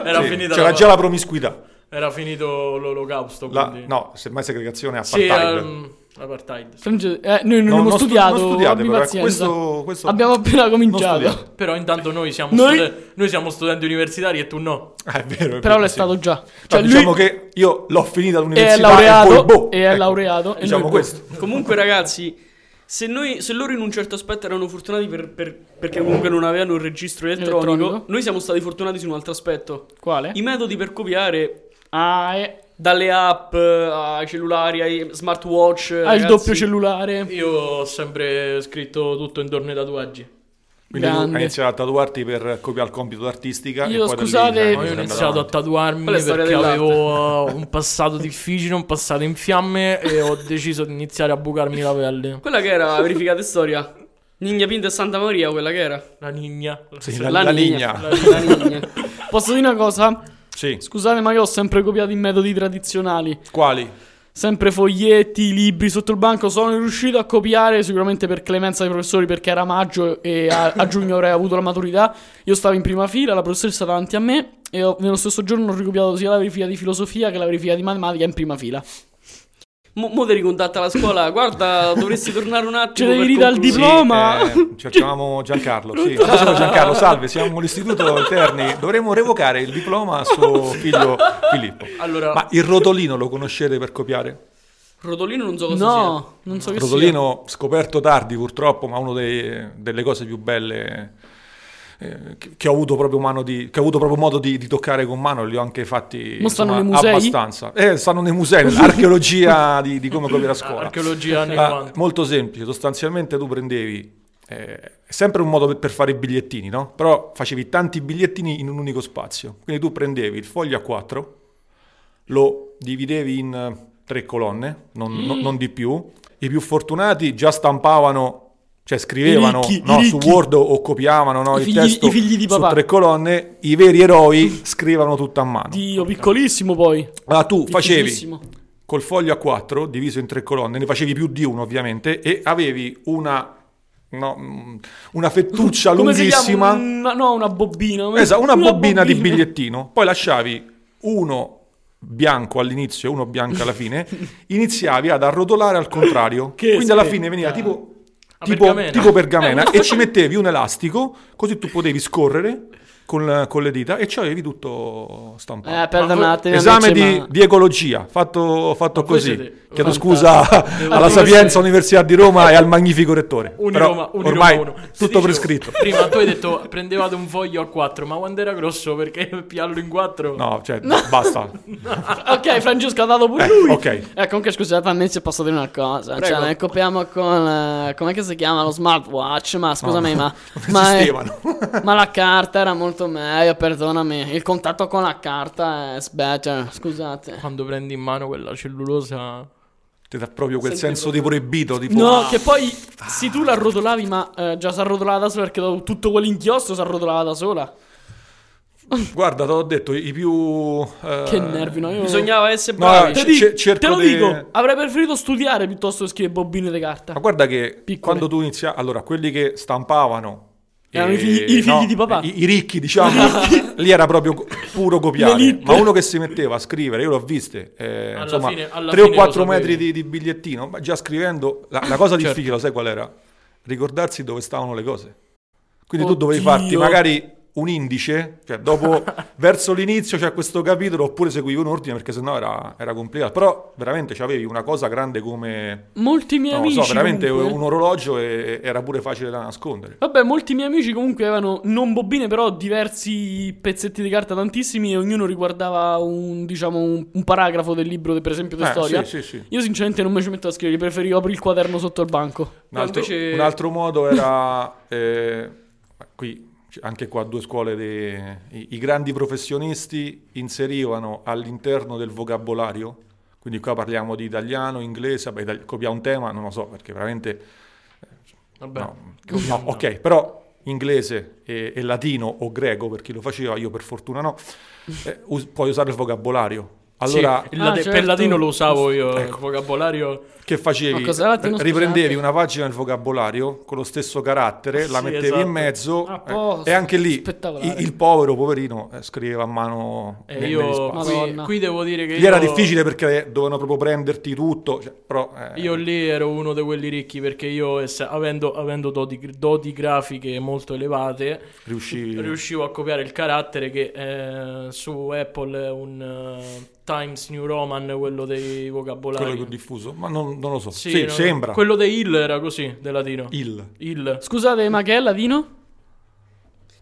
Speaker 2: Era
Speaker 5: sì,
Speaker 2: finita
Speaker 5: C'era
Speaker 2: la-
Speaker 5: già la promiscuità.
Speaker 2: Era finito l'olocausto.
Speaker 5: La-
Speaker 2: quindi.
Speaker 5: no, semmai segregazione è
Speaker 2: Sì,
Speaker 5: apartheid.
Speaker 2: ehm, L'apartheid.
Speaker 4: Frange- eh, noi non
Speaker 5: No,
Speaker 4: abbiamo
Speaker 5: non stu-
Speaker 4: studiato,
Speaker 5: non studiate,
Speaker 4: abbi
Speaker 5: però, eh,
Speaker 4: pazienza.
Speaker 5: questo- questo-
Speaker 4: Abbiamo appena
Speaker 5: studiate.
Speaker 4: cominciato.
Speaker 2: Però intanto noi siamo,
Speaker 4: Noi-
Speaker 2: stude- noi siamo studenti universitari e tu no.
Speaker 5: Ah, è vero.
Speaker 4: Però
Speaker 5: è vero,
Speaker 4: l'è
Speaker 5: sì.
Speaker 4: stato già.
Speaker 5: Cioè,
Speaker 4: Cioè,
Speaker 5: diciamo
Speaker 4: lui
Speaker 5: che io l'ho finita
Speaker 4: è
Speaker 5: all'università
Speaker 4: laureato
Speaker 5: e, poi, boh,
Speaker 4: e è
Speaker 5: ecco.
Speaker 4: laureato. e lui
Speaker 5: Diciamo
Speaker 4: boh.
Speaker 5: questo.
Speaker 3: Comunque, ragazzi, se, noi- se loro in un certo aspetto erano fortunati per- per- perché comunque non avevano il registro elettronico,
Speaker 4: Elettronico. Eh?
Speaker 3: noi siamo stati fortunati su un altro aspetto.
Speaker 4: Quale?
Speaker 3: I metodi per copiare
Speaker 4: Ah, è...
Speaker 3: dalle app eh, ai cellulari, ai smartwatch.
Speaker 4: ha il
Speaker 3: ragazzi.
Speaker 4: doppio cellulare.
Speaker 2: Io ho sempre scritto tutto intorno ai tatuaggi.
Speaker 5: Quindi tu
Speaker 4: Grande.
Speaker 5: hai iniziato a tatuarti per copiare il compito d'artistica.
Speaker 4: Io,
Speaker 5: e poi da lì,
Speaker 4: scusate,
Speaker 2: No,
Speaker 5: eh, sei
Speaker 2: io ho
Speaker 5: andato
Speaker 2: iniziato a
Speaker 5: avanti.
Speaker 2: tatuarmi
Speaker 3: Quella è storia
Speaker 2: perché
Speaker 3: dell'arte.
Speaker 2: avevo uh, un passato difficile, un passato in fiamme e ho deciso di iniziare a bucarmi la pelle.
Speaker 3: Quella che era, verificate storia. Nigna Pinta e Santa Maria, quella che era.
Speaker 2: La nigna.
Speaker 5: Sì, la, la linea.
Speaker 3: La, la Nigna.
Speaker 4: Posso dire una cosa?
Speaker 5: Sì.
Speaker 4: Scusate, ma io ho sempre copiato i metodi tradizionali.
Speaker 5: Quali?
Speaker 4: Sempre foglietti, libri sotto il banco. Sono riuscito a copiare sicuramente per clemenza dei professori perché era maggio e a, a giugno avrei avuto la maturità. Io stavo in prima fila, la professoressa davanti a me e ho- nello stesso giorno ho ricopiato sia la verifica di filosofia che la verifica di matematica in prima fila.
Speaker 3: Mo, mo ti ricontatta la scuola. Guarda, dovresti tornare un attimo.
Speaker 4: Ci Cioè, devi
Speaker 3: per
Speaker 4: ridare il
Speaker 3: concludere.
Speaker 4: Diploma!
Speaker 5: Sì, eh, cercavamo Giancarlo. Sì. No, sono Giancarlo, salve, siamo l'istituto Alterni. Dovremmo revocare il diploma a suo figlio Filippo.
Speaker 2: Allora,
Speaker 5: Ma il rotolino lo conoscete per copiare?
Speaker 3: Rotolino non so cosa sia.
Speaker 4: No, non so che sia.
Speaker 5: Rotolino scoperto tardi purtroppo, ma una delle cose più belle eh, che, che ho avuto proprio, mano di- che ho avuto proprio modo di, di toccare con mano, li ho anche fatti
Speaker 4: Ma stanno
Speaker 5: insomma,
Speaker 4: nei musei?
Speaker 5: abbastanza. Eh, stanno nei musei, nell'archeologia di, di come copiare a scuola.
Speaker 2: archeologia anni
Speaker 5: Ah,
Speaker 2: 90.
Speaker 5: molto semplice, sostanzialmente tu prendevi eh, è sempre un modo per, per fare i bigliettini, no? Però facevi tanti bigliettini in un unico spazio. Quindi tu prendevi il foglio a 4, lo dividevi in eh, tre colonne, non,
Speaker 4: Mm.
Speaker 5: non- non di più. I più fortunati già stampavano, cioè scrivevano
Speaker 4: I ricchi,
Speaker 5: no,
Speaker 4: i
Speaker 5: su
Speaker 4: ricchi.
Speaker 5: Word o copiavano no,
Speaker 4: I
Speaker 5: il
Speaker 4: figli-
Speaker 5: testo
Speaker 4: i figli di papà.
Speaker 5: su tre colonne. I veri eroi scrivevano tutto a mano.
Speaker 4: Dio, piccolissimo poi.
Speaker 5: Allora Ah, tu facevi
Speaker 4: Difficilissimo.
Speaker 5: col foglio a 4 diviso in tre colonne, ne facevi più di uno ovviamente, e avevi una, no, mm, una fettuccia
Speaker 4: Come si chiama?
Speaker 5: lunghissima,
Speaker 4: Una, no, una bobina. come-
Speaker 5: Esatto, una, bobina, di bigliettino, poi lasciavi uno bianco all'inizio e uno bianco alla fine, iniziavi ad arrotolare al contrario,
Speaker 4: Che Ah.
Speaker 5: quindi alla fine veniva
Speaker 4: spettacolo.
Speaker 5: tipo...
Speaker 2: A
Speaker 5: Tipo
Speaker 2: pergamena.
Speaker 5: tipo pergamena e ci mettevi un elastico così tu potevi scorrere con, con le dita e ci avevi tutto stampato.
Speaker 4: Eh, perdonatemi.
Speaker 5: Esame
Speaker 4: amici,
Speaker 5: di,
Speaker 4: ma-
Speaker 5: di ecologia, fatto, fatto
Speaker 2: voi
Speaker 5: così.
Speaker 2: siete
Speaker 5: Chiedo
Speaker 4: fantastici.
Speaker 5: scusa alla Sapienza Università di Roma e al magnifico rettore.
Speaker 2: Uniroma,
Speaker 5: Però
Speaker 2: Uniroma
Speaker 5: ormai
Speaker 2: 1. Ti
Speaker 5: tutto
Speaker 2: dicevo,
Speaker 5: prescritto.
Speaker 2: Prima tu hai detto prendevate un foglio a 4, ma quando era grosso perché piallo in 4?
Speaker 5: No, cioè, basta.
Speaker 4: Ok, Francesco ha dato pure
Speaker 5: Eh,
Speaker 4: lui.
Speaker 5: ok.
Speaker 4: Eh, comunque scusate, a me si è passata una cosa. Cioè, ne copiamo con. eh, com'è che si chiama lo smartwatch? Ma scusami, ma. ma,
Speaker 5: Esistevano.
Speaker 4: ma la carta era molto meglio, perdonami. Il contatto con la carta è better. Scusate.
Speaker 2: Quando prendi in mano quella cellulosa...
Speaker 5: Ti dà proprio quel senso di proibito. Tipo, "Ah,
Speaker 4: No, che poi sì, tu la rotolavi, ma eh, già si arrotolava da sola perché dopo tutto quell'inchiostro si arrotolava da sola.
Speaker 5: Eh, Guarda, te l'ho detto, i più... eh,
Speaker 4: Che nervi, no? Io...
Speaker 3: Bisognava essere
Speaker 5: No,
Speaker 3: bravi.
Speaker 5: c-
Speaker 4: Te, dico-
Speaker 5: ce- cerco
Speaker 4: te lo
Speaker 5: di-
Speaker 4: dico, avrei preferito studiare piuttosto che scrivere bobine di carta.
Speaker 5: Ma guarda che
Speaker 4: Piccole.
Speaker 5: quando tu inizi... Allora, quelli che stampavano...
Speaker 4: Erano
Speaker 5: eh,
Speaker 4: i figli- i figli di papà.
Speaker 5: I, i ricchi, diciamo. lì era proprio co- puro copiare.
Speaker 4: L'elite.
Speaker 5: Ma uno che si metteva a scrivere, io l'ho viste, eh,
Speaker 2: Alla
Speaker 5: insomma,
Speaker 2: fine- alla
Speaker 5: 3 o
Speaker 2: fine lo
Speaker 5: 4
Speaker 2: sapevi.
Speaker 5: metri di, di bigliettino, ma già scrivendo... La, la cosa
Speaker 2: Certo.
Speaker 5: difficile, sai qual era? Ricordarsi dove stavano le cose. Quindi tu
Speaker 4: Oddio.
Speaker 5: dovevi farti magari un indice, cioè dopo verso l'inizio c'è questo capitolo, oppure seguivi un ordine perché sennò era, era complicato. Però veramente avevi una cosa grande come...
Speaker 4: Molti miei
Speaker 5: No, lo
Speaker 4: amici.
Speaker 5: so, veramente
Speaker 4: comunque-
Speaker 5: un orologio e- era pure facile da nascondere.
Speaker 4: Vabbè, molti miei amici comunque avevano non bobine, però diversi pezzetti di carta, tantissimi, e ognuno riguardava un, diciamo, un, un paragrafo del libro, per esempio, di
Speaker 5: Eh,
Speaker 4: storia.
Speaker 5: sì, sì, sì.
Speaker 4: Io sinceramente non mi ci metto a scrivere, preferivo aprire il quaderno sotto il banco.
Speaker 5: Un altro,
Speaker 3: invece-
Speaker 5: un altro modo era eh, qui, c- anche qua due scuole, de- i, i grandi professionisti inserivano all'interno del vocabolario, quindi qua parliamo di italiano, inglese, vabbè, itali- copiare un tema, non lo so perché veramente...
Speaker 2: Vabbè,
Speaker 5: No.
Speaker 2: che vogliamo?
Speaker 5: No, ok, però inglese e, e latino o greco, per chi lo faceva, io per fortuna no, eh, us- puoi usare il vocabolario. Allora,
Speaker 2: Sì, il lati- per
Speaker 4: Ah, certo.
Speaker 2: latino lo usavo io,
Speaker 5: Ecco.
Speaker 2: il vocabolario.
Speaker 5: che facevi? Eh,
Speaker 4: Ma cos'è latino, scusate?
Speaker 5: Riprendevi una pagina del vocabolario con lo stesso carattere, la
Speaker 2: Sì,
Speaker 5: mettevi
Speaker 2: esatto.
Speaker 5: in mezzo
Speaker 4: A
Speaker 5: eh,
Speaker 4: posto,
Speaker 5: e anche lì
Speaker 4: spettacolare.
Speaker 5: il, il povero poverino eh, scriveva a mano
Speaker 2: E
Speaker 5: ne- negli
Speaker 2: Eh, io
Speaker 5: spazi.
Speaker 2: qui,
Speaker 4: Madonna.
Speaker 2: qui devo dire che
Speaker 5: Gli
Speaker 2: io,
Speaker 5: era difficile perché dovevano proprio prenderti tutto, cioè, però eh,
Speaker 2: Io lì ero uno di quelli ricchi perché io, ess- avendo, avendo doti, doti grafiche molto elevate,
Speaker 5: riuscivi.
Speaker 2: riuscivo a copiare il carattere che eh, su Apple è un eh, Times New Roman, quello dei
Speaker 5: quello più
Speaker 2: vocabolari.
Speaker 5: diffuso, ma non, non lo so. Sì,
Speaker 2: no,
Speaker 5: sembra.
Speaker 2: Quello dei Hill era così, del latino.
Speaker 5: Il.
Speaker 2: Hill.
Speaker 4: Scusate, ma che è latino?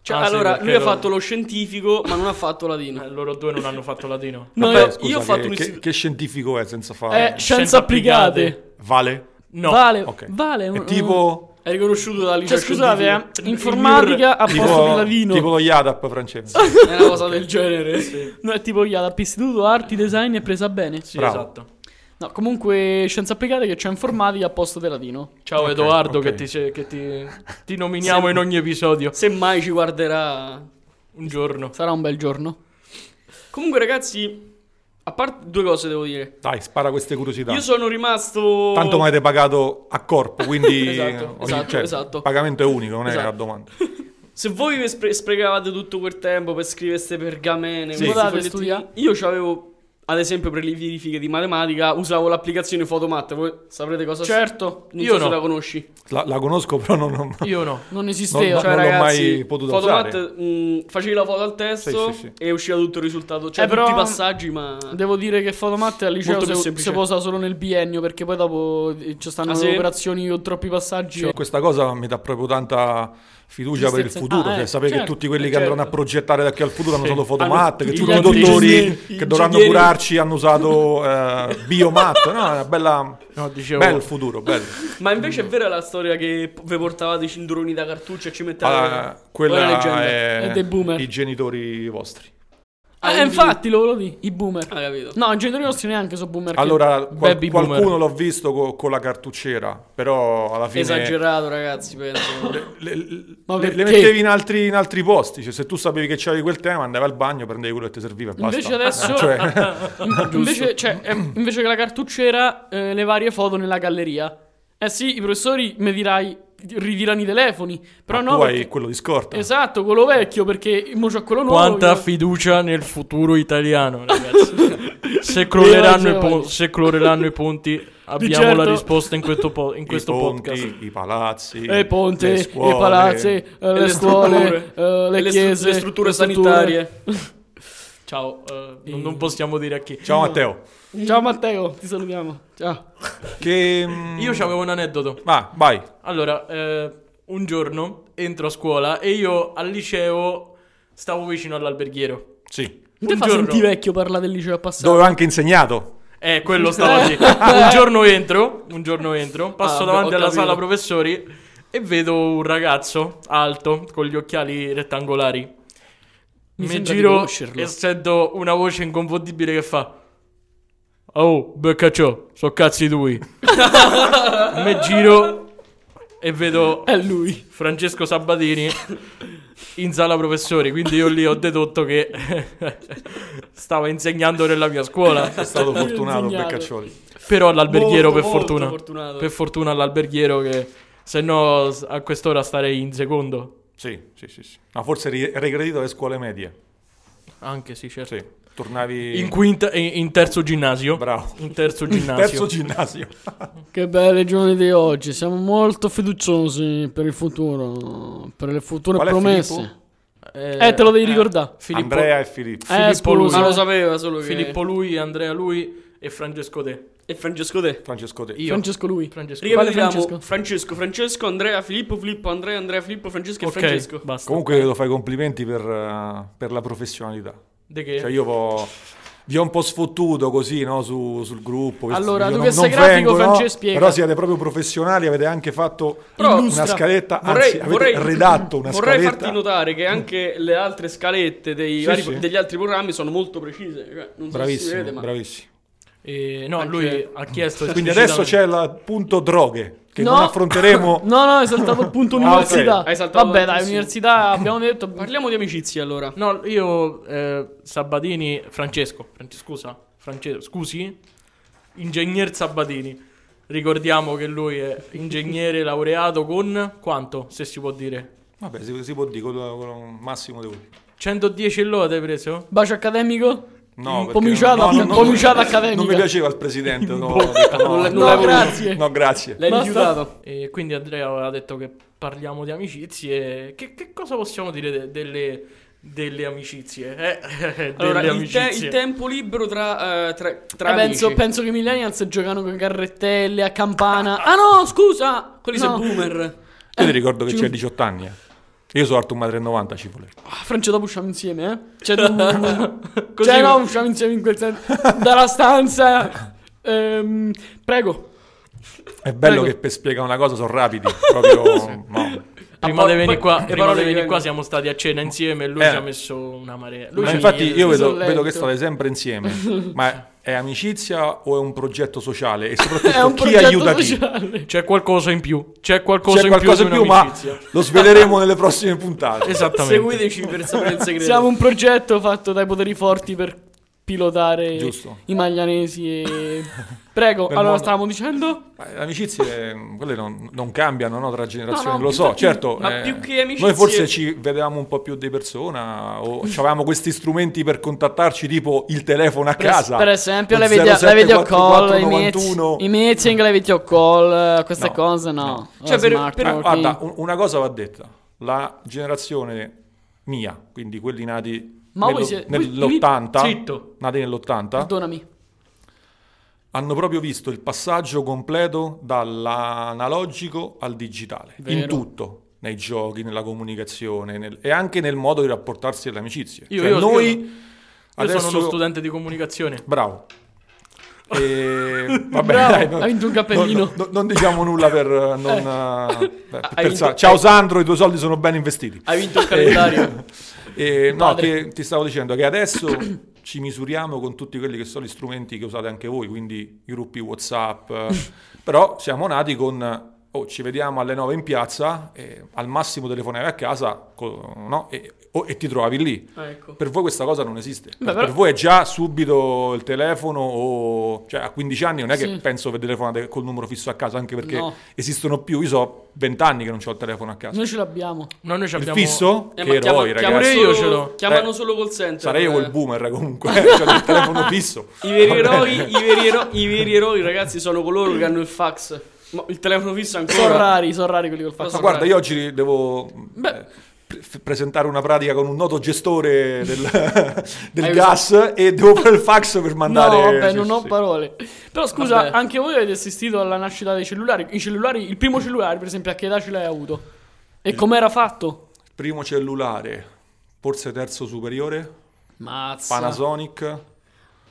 Speaker 3: Cioè,
Speaker 2: Ah, sì,
Speaker 3: allora,
Speaker 2: perché
Speaker 3: lui ha
Speaker 2: lo-
Speaker 3: fatto lo scientifico, ma non ha fatto
Speaker 2: Eh,
Speaker 3: latino.
Speaker 2: Loro due non hanno fatto latino.
Speaker 3: No,
Speaker 5: Vabbè,
Speaker 3: io-
Speaker 5: scusa,
Speaker 3: io ho fatto
Speaker 5: che,
Speaker 3: un
Speaker 5: che-
Speaker 3: istituto-
Speaker 5: che scientifico è senza
Speaker 4: È
Speaker 5: fare...
Speaker 2: Eh,
Speaker 4: scienze applicate.
Speaker 5: Vale?
Speaker 2: No.
Speaker 4: Vale,
Speaker 5: Ok.
Speaker 4: vale.
Speaker 5: È
Speaker 4: un-
Speaker 5: tipo...
Speaker 3: È riconosciuto dalla liceo
Speaker 4: Cioè, scusate, eh,
Speaker 3: scientifico.
Speaker 4: informatica a posto di
Speaker 5: Tipo,
Speaker 4: latino.
Speaker 5: tipo lo Yadap francese.
Speaker 3: È una cosa del genere.
Speaker 4: No, è tipo Yalap, istituto arti, design è presa bene.
Speaker 2: Sì,
Speaker 5: Bravo.
Speaker 2: esatto.
Speaker 4: No, comunque scienze applicate che c'è informatica a posto di latino.
Speaker 2: Ciao
Speaker 5: Ok,
Speaker 2: Edoardo
Speaker 5: ok.
Speaker 2: che, ti, se- che ti- ti nominiamo in ogni episodio.
Speaker 3: Se mai ci guarderà.
Speaker 2: Un giorno.
Speaker 4: Sarà un bel giorno.
Speaker 3: Comunque, ragazzi, a parte due cose devo dire.
Speaker 5: Dai, spara queste curiosità.
Speaker 3: Io sono rimasto.
Speaker 5: Tanto mi avete pagato a corpo, quindi
Speaker 3: Esatto,
Speaker 5: ogni-
Speaker 3: esatto,
Speaker 5: cioè,
Speaker 3: esatto.
Speaker 5: il pagamento è unico, non è
Speaker 3: Esatto.
Speaker 5: a domanda.
Speaker 3: Se voi vi spre- sprecavate tutto quel tempo per scrivere queste pergamene,
Speaker 5: Sì.
Speaker 3: questi
Speaker 4: Volevate
Speaker 3: fogliettini,
Speaker 4: studiare?
Speaker 3: io avevo, ad esempio, per le verifiche di matematica, usavo l'applicazione Fotomat. Voi saprete cosa
Speaker 4: Certo,
Speaker 3: non
Speaker 2: io
Speaker 3: so se
Speaker 2: no.
Speaker 3: la conosci.
Speaker 5: La, la conosco, però non, non-
Speaker 2: Io no.
Speaker 4: Non esisteva.
Speaker 5: No, no,
Speaker 3: Cioè,
Speaker 5: non l'ho
Speaker 3: ragazzi,
Speaker 5: mai potuto
Speaker 3: Fotomat,
Speaker 5: usare.
Speaker 3: mh, facevi la foto al testo
Speaker 5: Sì, sì, sì.
Speaker 3: e usciva tutto il risultato. Cioè,
Speaker 4: Eh, però-
Speaker 3: tutti i passaggi, ma.
Speaker 4: Devo dire che fotomatte al liceo
Speaker 3: Molto più
Speaker 4: si,
Speaker 3: semplice.
Speaker 4: si può usare solo nel biennio perché poi dopo eh, ci stanno
Speaker 3: Ah, sì?
Speaker 4: le operazioni con troppi passaggi.
Speaker 5: cioè, questa cosa mi dà proprio tanta fiducia per il
Speaker 4: Tristezza.
Speaker 5: futuro,
Speaker 4: Ah,
Speaker 5: cioè
Speaker 4: eh,
Speaker 5: sapere che
Speaker 4: certo,
Speaker 5: tutti quelli che
Speaker 3: certo.
Speaker 5: andranno a progettare da qui al futuro hanno usato fotomat, che
Speaker 3: tutti
Speaker 5: tutti i
Speaker 4: gli altri
Speaker 5: dottori
Speaker 3: ingegneri-
Speaker 5: che dovranno
Speaker 3: ingegneri.
Speaker 5: curarci hanno usato eh, biomat, no, è una bella
Speaker 2: No, dicevo...
Speaker 5: bello il futuro, bello.
Speaker 3: Ma invece è vera la storia che p- vi portavate i cinturoni da cartuccia e ci mettevate.
Speaker 5: Ah,
Speaker 3: Quella
Speaker 5: quella
Speaker 3: leggenda.
Speaker 5: è,
Speaker 4: È dei boomer.
Speaker 5: i genitori vostri.
Speaker 4: Ah, eh, infatti, lo volevo dire. I boomer.
Speaker 3: Hai Ah, capito?
Speaker 4: No, i genitori nostri neanche sono boomer. che-
Speaker 5: Allora, qual-
Speaker 2: baby boomer.
Speaker 5: qualcuno l'ho visto co- con la cartucciera, però alla fine
Speaker 3: Esagerato, ragazzi, penso.
Speaker 5: le, le-
Speaker 4: Ma
Speaker 5: le- le
Speaker 4: perché?
Speaker 5: mettevi in altri, in altri posti. Cioè, se tu sapevi che c'avevi quel tema, andavi al bagno, prendevi quello che ti serviva e basta.
Speaker 4: Invece adesso-
Speaker 5: Cioè,
Speaker 4: In- invece, cioè, eh, invece che la cartucciera, eh, le varie foto nella galleria. Eh sì, i professori mi dirai, ritirano i telefoni. Però
Speaker 5: tu
Speaker 4: no.
Speaker 5: hai
Speaker 4: perché-
Speaker 5: quello di scorta.
Speaker 4: Esatto, quello vecchio perché mo c'ho quello nuovo.
Speaker 2: Quanta
Speaker 4: che-
Speaker 2: fiducia nel futuro italiano, ragazzi. Se crolleranno, i,
Speaker 4: Giovanni.
Speaker 2: pon- se crolleranno i ponti, abbiamo la
Speaker 4: certo.
Speaker 2: risposta in questo, po- in questo
Speaker 5: I ponti,
Speaker 2: podcast.
Speaker 5: i palazzi,
Speaker 4: E Eh, i ponti,
Speaker 5: le
Speaker 4: i
Speaker 5: scuole.
Speaker 4: palazzi, eh, le,
Speaker 3: le
Speaker 4: scuole,
Speaker 3: strutture.
Speaker 4: eh, le
Speaker 3: Le stru-
Speaker 4: chiese,
Speaker 3: le strutture sanitarie.
Speaker 2: Ciao, eh, non- non possiamo dire a chi.
Speaker 5: Ciao Matteo.
Speaker 4: Ciao Matteo, ti salutiamo. Ciao.
Speaker 5: Che...
Speaker 2: Io avevo un aneddoto.
Speaker 5: Ma vai.
Speaker 2: Allora, eh, un giorno entro a scuola e io al liceo stavo vicino all'alberghiero.
Speaker 5: Sì.
Speaker 4: Te
Speaker 2: Un
Speaker 4: fa
Speaker 2: giorno-
Speaker 4: senti vecchio parlare del liceo passato?
Speaker 5: Dove ho anche insegnato.
Speaker 2: Eh, quello stava lì. un giorno entro, un giorno entro, passo
Speaker 3: Ah,
Speaker 2: davanti
Speaker 3: ho
Speaker 2: alla
Speaker 3: capito.
Speaker 2: sala professori e vedo un ragazzo alto con gli occhiali rettangolari.
Speaker 4: Mi
Speaker 2: Mi,
Speaker 4: sembra di
Speaker 2: giro
Speaker 4: conoscerlo.
Speaker 2: e sento una voce inconfondibile che fa Oh, beccaccio, so cazzi tui. Mi giro e vedo
Speaker 4: È lui.
Speaker 2: Francesco Sabatini in sala professori, quindi io lì ho dedotto che stava insegnando nella mia scuola,
Speaker 5: È stato fortunato
Speaker 4: insegnato.
Speaker 5: Beccaccioli.
Speaker 2: però all'alberghiero
Speaker 3: Molto,
Speaker 2: per
Speaker 3: molto
Speaker 2: fortuna.
Speaker 3: fortunato.
Speaker 2: Per fortuna all'alberghiero che se no s- a quest'ora starei in secondo.
Speaker 5: Sì, sì, sì, sì. Ma forse ri- regredito alle scuole medie.
Speaker 2: Anche sì, certo.
Speaker 5: Sì. Tornavi
Speaker 2: In, quinta- in- in terzo ginnasio.
Speaker 5: Bravo.
Speaker 2: In terzo ginnasio.
Speaker 5: terzo ginnasio.
Speaker 4: Che belle giorni di oggi, siamo molto fiduciosi per il futuro, per le future
Speaker 5: Qual è
Speaker 4: promesse.
Speaker 5: Filippo?
Speaker 4: Eh, te lo devi ricordare.
Speaker 2: Filippo,
Speaker 5: Andrea e Filippo.
Speaker 4: Eh,
Speaker 2: Filippo Lusi.
Speaker 4: scusa.
Speaker 3: Ma lo sapeva solo che.
Speaker 2: Filippo lui, Andrea lui e Francesco te.
Speaker 3: E Francesco De.
Speaker 5: Francesco Te.
Speaker 2: Io.
Speaker 4: Francesco lui.
Speaker 2: Francesco.
Speaker 4: Riga-
Speaker 3: Ripetiamo
Speaker 4: Francesco?
Speaker 3: Francesco? Francesco, Andrea, Filippo, Filippo, Andrea, Andrea, Filippo, Francesco
Speaker 2: Ok,
Speaker 3: e Francesco.
Speaker 2: basta.
Speaker 5: Comunque lo fai complimenti per, eh, per la professionalità.
Speaker 2: De che?
Speaker 5: Cioè io vo- vi ho un po' sfottuto così no, su- sul gruppo. questo
Speaker 4: Allora, tu
Speaker 5: video non-
Speaker 4: che sei
Speaker 5: non
Speaker 4: grafico,
Speaker 5: vengo, no,
Speaker 4: Francesco, spiega.
Speaker 5: Però siete proprio professionali, avete anche fatto
Speaker 3: Però-
Speaker 5: una
Speaker 3: Illustra.
Speaker 5: scaletta,
Speaker 3: Vorrei-
Speaker 5: anzi avete
Speaker 3: vorrei-
Speaker 5: redatto una
Speaker 3: Vorrei
Speaker 5: scaletta.
Speaker 3: farti notare che anche le altre scalette dei
Speaker 5: Sì,
Speaker 3: vari-
Speaker 5: sì.
Speaker 3: degli altri programmi sono molto precise. Cioè, non so se si
Speaker 5: Bravissimo,
Speaker 3: vede, ma
Speaker 5: bravissimo.
Speaker 2: Eh, no,
Speaker 3: Anche-
Speaker 2: lui ha chiesto
Speaker 5: Quindi adesso
Speaker 2: esplicitamente-
Speaker 5: c'è il punto droghe, che
Speaker 4: Cioè, No.
Speaker 5: non affronteremo...
Speaker 4: No, no, hai saltato il punto università.
Speaker 5: ok.
Speaker 3: Hai saltato
Speaker 4: Vabbè, dai,
Speaker 3: tantissimo.
Speaker 4: università abbiamo detto...
Speaker 3: Parliamo di amicizie allora.
Speaker 2: No, io eh, Sabatini, Francesco, Fran- scusa, francese, scusi, ingegner Sabatini. Ricordiamo che lui è ingegnere laureato con quanto, se si può dire?
Speaker 5: Vabbè, si, si può dire con, con un massimo di voti.
Speaker 2: 110 e lode hai preso?
Speaker 4: Bacio accademico?
Speaker 5: No, perché-
Speaker 4: pomiciata-
Speaker 5: no, no, no,
Speaker 4: pomiciata
Speaker 5: non-
Speaker 4: accademica. Boh,
Speaker 5: Non mi piaceva il presidente. No, ho detto no,
Speaker 3: Non l'hai-
Speaker 5: no,
Speaker 3: non l'hai voluto.
Speaker 4: grazie.
Speaker 5: No, grazie.
Speaker 3: L'hai
Speaker 4: Basta.
Speaker 3: rifiutato.
Speaker 2: E quindi Andrea aveva detto che parliamo di amicizie. Che, che cosa possiamo dire de- delle, delle amicizie? Eh, delle
Speaker 3: Allora, il, te-
Speaker 2: amicizie.
Speaker 3: il tempo libero tra, eh, tra, tra
Speaker 4: Eh, penso,
Speaker 3: amici.
Speaker 4: penso che i millennials giocano con carrettelle a campana. Ah no, scusa!
Speaker 3: Quelli
Speaker 4: no.
Speaker 3: sono boomer.
Speaker 5: Io ti ricordo che
Speaker 4: giù.
Speaker 5: c'è 18 anni. eh. Io sono alto 1,90 m, ci vuole.
Speaker 4: Ah, Francia, dopo usciamo insieme, eh? Cioè, tu-
Speaker 2: Così-
Speaker 4: cioè, no, usciamo insieme in quel senso. Dalla stanza. Ehm, prego.
Speaker 5: È bello
Speaker 4: Prego.
Speaker 5: che per spiegare una cosa sono rapidi. Proprio. no.
Speaker 2: Prima
Speaker 3: Ah,
Speaker 2: di
Speaker 3: poi-
Speaker 2: venire qua,
Speaker 3: le
Speaker 2: prima
Speaker 3: parole
Speaker 2: di
Speaker 3: che
Speaker 2: venire qua
Speaker 3: vengono.
Speaker 2: siamo stati a cena insieme e lui
Speaker 5: Eh.
Speaker 2: ci ha messo una marea. Lui
Speaker 5: Ma
Speaker 2: ci-
Speaker 5: infatti, io
Speaker 4: mi
Speaker 5: vedo,
Speaker 4: son
Speaker 5: vedo che
Speaker 4: letto.
Speaker 5: state sempre insieme. Ma è amicizia o è un progetto sociale? E soprattutto
Speaker 4: È un
Speaker 5: chi
Speaker 4: progetto
Speaker 5: aiuta chi?
Speaker 4: sociale.
Speaker 2: C'è qualcosa in più. C'è qualcosa
Speaker 5: C'è
Speaker 2: in più
Speaker 5: qualcosa
Speaker 2: su
Speaker 5: in più, ma
Speaker 2: un'amicizia.
Speaker 5: lo sveleremo nelle prossime puntate.
Speaker 2: Esattamente.
Speaker 3: Seguiteci per sapere il segreto.
Speaker 4: Siamo un progetto fatto dai poteri forti per pilotare
Speaker 5: Giusto.
Speaker 4: i maglianesi e... Prego,
Speaker 5: Per
Speaker 4: allora
Speaker 5: mondo.
Speaker 4: stavamo dicendo?
Speaker 5: Ma le amicizie mm, quelle non, non cambiano no, tra generazioni,
Speaker 4: No, no,
Speaker 5: lo so,
Speaker 4: infatti,
Speaker 5: certo.
Speaker 3: ma più che amicizie-
Speaker 5: Noi forse ci vedevamo un po' più di persona o avevamo questi strumenti per contattarci, tipo il telefono a
Speaker 4: Per,
Speaker 5: casa.
Speaker 4: per esempio
Speaker 5: lo
Speaker 4: la, video, la video call,
Speaker 5: 0744
Speaker 4: i
Speaker 5: 91.
Speaker 4: meet- i meeting, la video call, eh, queste
Speaker 5: No,
Speaker 4: cose no.
Speaker 5: no.
Speaker 4: O
Speaker 3: Cioè, per-
Speaker 4: smart
Speaker 3: per-
Speaker 5: Ma
Speaker 4: working.
Speaker 5: guarda, un- una cosa va detta, la generazione mia, quindi quelli nati
Speaker 4: Ma voi
Speaker 5: nello-
Speaker 4: siete- voi-
Speaker 5: nell'80,
Speaker 2: Zitto.
Speaker 5: nati nell'80,
Speaker 4: Perdonami.
Speaker 5: hanno proprio visto il passaggio completo dall'analogico al digitale, in
Speaker 4: Vero.
Speaker 5: tutto, nei giochi, nella comunicazione nel- e anche nel modo di rapportarsi alle amicizie.
Speaker 2: Io-
Speaker 5: Cioè,
Speaker 2: io-
Speaker 5: noi
Speaker 2: io- io Io
Speaker 5: adesso
Speaker 2: sono uno studente di comunicazione.
Speaker 5: bravo. E, vabbè,
Speaker 4: Bravo,
Speaker 5: dai, non-
Speaker 4: hai vinto un cappellino.
Speaker 5: non- non- non diciamo nulla per eh, non eh, per
Speaker 3: Hai
Speaker 5: pensare.
Speaker 3: vinto-
Speaker 5: Ciao Sandro, i tuoi soldi sono ben investiti.
Speaker 3: Hai vinto il calendario.
Speaker 5: Eh, no,
Speaker 4: Padre.
Speaker 5: che ti stavo dicendo che adesso ci misuriamo con tutti quelli che sono gli strumenti che usate anche voi, quindi i gruppi WhatsApp, eh, però siamo nati con, eh, oh, ci vediamo alle 9 in piazza, eh, al massimo telefonavi a casa co- no? e, oh, e ti trovavi lì.
Speaker 3: ecco.
Speaker 5: Per voi questa cosa non esiste,
Speaker 4: Beh,
Speaker 5: per
Speaker 4: però-
Speaker 5: voi è già subito il telefono o cioè, a 15 anni non è che
Speaker 4: Sì.
Speaker 5: penso che telefonate col numero fisso a casa, anche perché
Speaker 3: No.
Speaker 5: esistono più, io so 20 anni che non ho il telefono a casa.
Speaker 4: Noi ce l'abbiamo.
Speaker 2: No, noi ci
Speaker 5: Il
Speaker 2: abbiamo
Speaker 5: fisso?
Speaker 3: Eh,
Speaker 5: che
Speaker 3: ma chiama-
Speaker 5: eroi,
Speaker 3: chiamano
Speaker 5: ragazzi.
Speaker 2: Pure io
Speaker 3: solo-
Speaker 2: ce l'ho.
Speaker 3: Chiamano
Speaker 5: Eh,
Speaker 3: solo call center.
Speaker 5: Sarei io
Speaker 3: eh.
Speaker 5: quel boomer comunque, cioè il telefono fisso.
Speaker 3: I veri, eroi, i, veri ero- i veri eroi, ragazzi, sono coloro che hanno il fax. Ma il telefono fisso
Speaker 4: Sono
Speaker 3: ancora.
Speaker 4: rari, sono rari quelli col
Speaker 3: Lo
Speaker 4: fatto.
Speaker 5: Ma
Speaker 3: so,
Speaker 5: guarda,
Speaker 3: dai.
Speaker 5: io oggi devo eh, pre- presentare una pratica con un noto gestore del, del
Speaker 4: Hai
Speaker 5: gas e devo fare il fax per mandare...
Speaker 4: No, vabbè,
Speaker 5: sì,
Speaker 4: non
Speaker 5: sì,
Speaker 4: ho
Speaker 5: sì.
Speaker 4: parole. Però scusa,
Speaker 3: Vabbè.
Speaker 4: anche voi avete assistito alla nascita dei cellulari. I cellulari, il primo cellulare, per esempio, a che età ce l'hai avuto? E com'era fatto?
Speaker 5: Primo cellulare, forse terzo superiore,
Speaker 4: Mazza.
Speaker 5: Panasonic.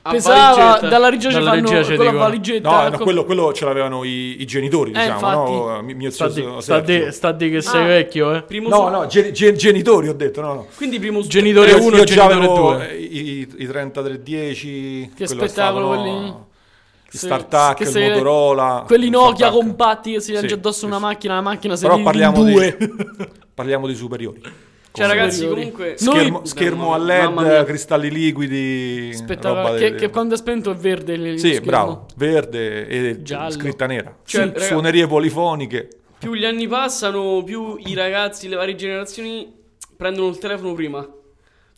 Speaker 5: Ah,
Speaker 3: A
Speaker 4: Pesava
Speaker 3: valigetta.
Speaker 4: dalla rigia ci
Speaker 2: Dalla
Speaker 4: fanno
Speaker 2: rigia ci
Speaker 4: quella
Speaker 2: dicono.
Speaker 4: valigetta.
Speaker 5: No, no,
Speaker 4: ecco.
Speaker 5: quello, quello ce l'avevano i, i genitori, diciamo,
Speaker 4: infatti.
Speaker 5: no? Mi- Mio
Speaker 2: Sta
Speaker 5: zio
Speaker 2: di,
Speaker 5: Sergio.
Speaker 2: sta di- sta di che sei
Speaker 4: Ah.
Speaker 2: vecchio, eh.
Speaker 3: Primo
Speaker 5: No,
Speaker 3: su-
Speaker 5: no, gen- gen- genitori ho detto, no, no.
Speaker 3: Quindi primo su-
Speaker 2: Genitore
Speaker 5: Io-
Speaker 2: 1
Speaker 5: io
Speaker 2: e
Speaker 5: già
Speaker 2: genitore
Speaker 5: avevo
Speaker 2: 2.
Speaker 5: eh, i, i 3310
Speaker 4: Che
Speaker 5: quello
Speaker 4: spettacolo
Speaker 5: stavano-
Speaker 4: quelli-
Speaker 5: i
Speaker 4: Sì,
Speaker 5: Startup,
Speaker 4: che
Speaker 5: il
Speaker 4: se-
Speaker 5: Motorola
Speaker 4: Quelli
Speaker 5: il
Speaker 4: Nokia
Speaker 5: Startuck.
Speaker 4: compatti che si lancia
Speaker 5: Sì,
Speaker 4: addosso
Speaker 5: sì,
Speaker 4: una
Speaker 5: sì.
Speaker 4: macchina, la macchina si
Speaker 5: Però
Speaker 4: divide in
Speaker 5: parliamo
Speaker 4: due.
Speaker 5: di, parliamo di superiori
Speaker 3: Cioè,
Speaker 5: Cose-
Speaker 3: ragazzi,
Speaker 4: Superiori.
Speaker 3: comunque.
Speaker 4: Noi-
Speaker 5: schermo, schermo a
Speaker 3: Mamma
Speaker 5: led
Speaker 3: mia.
Speaker 5: cristalli liquidi roba
Speaker 4: Spettacolo.
Speaker 5: del-
Speaker 4: Che, che quando è spento è verde il
Speaker 5: sì,
Speaker 4: schermo.
Speaker 5: bravo, verde e
Speaker 4: Giallo.
Speaker 5: scritta nera.
Speaker 3: Cioè,
Speaker 5: Su-
Speaker 3: raga-
Speaker 5: Suonerie polifoniche.
Speaker 3: Più gli anni passano, più i ragazzi, le varie generazioni prendono il telefono prima.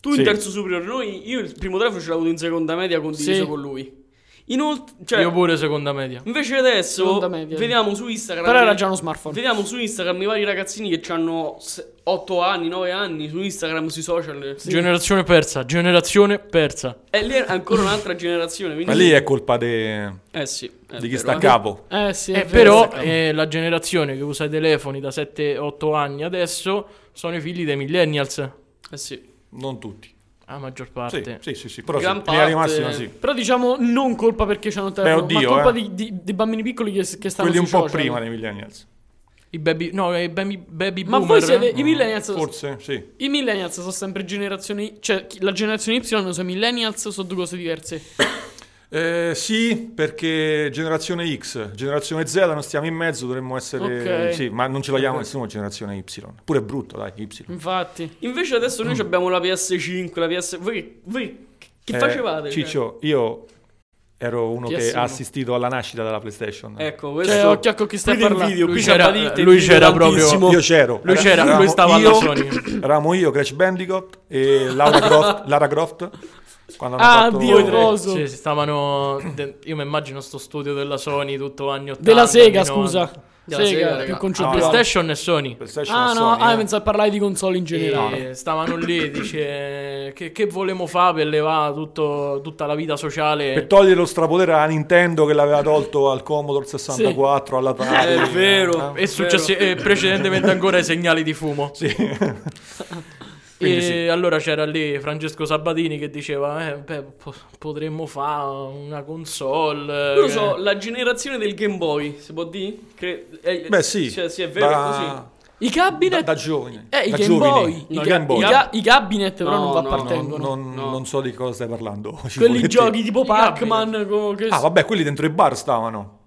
Speaker 3: Tu
Speaker 5: Sì.
Speaker 3: in terzo superiore, noi, io il primo telefono ce l'avevo in seconda media condiviso
Speaker 4: Sì.
Speaker 3: con lui. Inoltre, cioè,
Speaker 2: Io pure seconda media.
Speaker 4: mm,
Speaker 3: invece adesso
Speaker 4: Seconda media.
Speaker 3: vediamo su Instagram.
Speaker 4: Però era già uno smartphone.
Speaker 3: Vediamo su Instagram i vari ragazzini che hanno 8 anni, 9 anni su Instagram, sui social.
Speaker 2: Generazione persa, generazione persa.
Speaker 3: E lì è ancora un'altra generazione. Quindi...
Speaker 5: Ma lì è colpa de-
Speaker 3: Eh sì. è
Speaker 5: di chi
Speaker 3: vero,
Speaker 5: sta a
Speaker 3: eh.
Speaker 5: capo.
Speaker 4: Eh sì, è
Speaker 2: Eh,
Speaker 4: vero.
Speaker 2: però eh, la generazione che usa i telefoni da 7-8 anni adesso sono i figli dei millennials.
Speaker 3: Eh sì.
Speaker 5: Non tutti.
Speaker 2: A maggior
Speaker 5: Sì,
Speaker 2: parte.
Speaker 5: sì, sì, sì, però
Speaker 3: Gran
Speaker 5: sì, in linea di
Speaker 3: parte-
Speaker 5: massima sì.
Speaker 4: Però diciamo non colpa perché c'hanno il telefono,
Speaker 5: oddio,
Speaker 4: ma colpa
Speaker 5: eh.
Speaker 4: di, di- di bambini piccoli che, che stanno
Speaker 5: Quelli un
Speaker 4: sui
Speaker 5: po'
Speaker 4: social.
Speaker 5: prima dei millennials.
Speaker 2: I baby, no, i baby, baby
Speaker 4: Ma
Speaker 2: boomer. eh.
Speaker 4: voi siete i millennials.
Speaker 5: eh? Mm. Forse, sì.
Speaker 4: I millennials sono sempre generazioni, cioè chi- la generazione Y sono i millennials, sono due cose diverse.
Speaker 5: Eh, sì, perché generazione X, generazione Z, non stiamo in mezzo, dovremmo essere...
Speaker 4: Ok.
Speaker 5: Sì, ma non ce la chiama nessuno generazione Y. Pure è brutto, dai, Y.
Speaker 4: Infatti, Cioè,
Speaker 3: Invece adesso noi abbiamo la PS5, la PS... Voi, voi che
Speaker 5: Eh,
Speaker 3: facevate? cioè?
Speaker 5: Ciccio, io ero uno che
Speaker 4: PS1.
Speaker 5: ha assistito alla nascita della PlayStation.
Speaker 3: Ecco, questo...
Speaker 4: Cioè, occhio a con chi stai
Speaker 3: qui
Speaker 4: parlando.
Speaker 3: l'invidio,
Speaker 2: Lui
Speaker 3: qui
Speaker 2: c'era-
Speaker 3: Ciabattista,
Speaker 2: lui
Speaker 3: invidio
Speaker 2: c'era proprio-
Speaker 3: tantissimo.
Speaker 5: Io c'ero.
Speaker 2: Lui c'era,
Speaker 5: Eravamo
Speaker 2: lui stava alla
Speaker 5: io,
Speaker 2: Sony.
Speaker 5: Eravamo io, Crash Bandicoot e Lara Croft. Lara Croft quando hanno
Speaker 4: Ah,
Speaker 5: fatto-
Speaker 4: Dio,
Speaker 2: Voi tre,
Speaker 4: Coso.
Speaker 2: sì, si stavano. de- io mi immagino sto studio della Sony tutto anni 80.
Speaker 4: Della Sega,
Speaker 2: anni 90.
Speaker 4: scusa.
Speaker 3: Della Sega,
Speaker 4: Sega,
Speaker 3: raga.
Speaker 4: più
Speaker 3: Ah,
Speaker 2: Ah,
Speaker 4: concettuale.
Speaker 2: PlayStation e Sony.
Speaker 5: PlayStation
Speaker 4: Ah,
Speaker 5: e
Speaker 4: no,
Speaker 5: Sony,
Speaker 4: ah,
Speaker 5: eh.
Speaker 4: pensavo parlai di console in
Speaker 2: E
Speaker 4: generale.
Speaker 2: stavano lì, dice che, che volevamo fare per levare tutto- tutta la vita sociale.
Speaker 5: Per togliere lo strapotere a Nintendo che l'aveva tolto al Commodore 64, alla Atari.
Speaker 3: È
Speaker 5: eh,
Speaker 3: vero.
Speaker 2: e successi- e eh, precedentemente ancora i segnali di fumo.
Speaker 5: Quindi
Speaker 2: e
Speaker 5: sì.
Speaker 2: allora c'era lì Francesco Sabatini che diceva: eh, beh, po- potremmo fare una console.
Speaker 3: Non lo
Speaker 2: eh,
Speaker 3: so, la generazione del Game Boy, si può dire? Cre- eh,
Speaker 5: Beh, sì.
Speaker 3: Cioè, sì, è vero
Speaker 5: da,
Speaker 4: I cabinet.
Speaker 5: da giovani.
Speaker 4: eh, i
Speaker 5: da
Speaker 4: Game
Speaker 5: giovani.
Speaker 4: Boy.
Speaker 5: No,
Speaker 4: I,
Speaker 5: I
Speaker 4: ca-
Speaker 5: Game Boy.
Speaker 4: i ca- i cabinet, però,
Speaker 3: No,
Speaker 4: non va
Speaker 3: no,
Speaker 5: Non,
Speaker 4: appartengono.
Speaker 5: non- non so di cosa stai parlando.
Speaker 4: Quelli
Speaker 5: Cipollette.
Speaker 4: giochi tipo
Speaker 2: I cabinet.
Speaker 4: Pac-Man. co- che-
Speaker 5: Ah, vabbè, quelli dentro i bar stavano.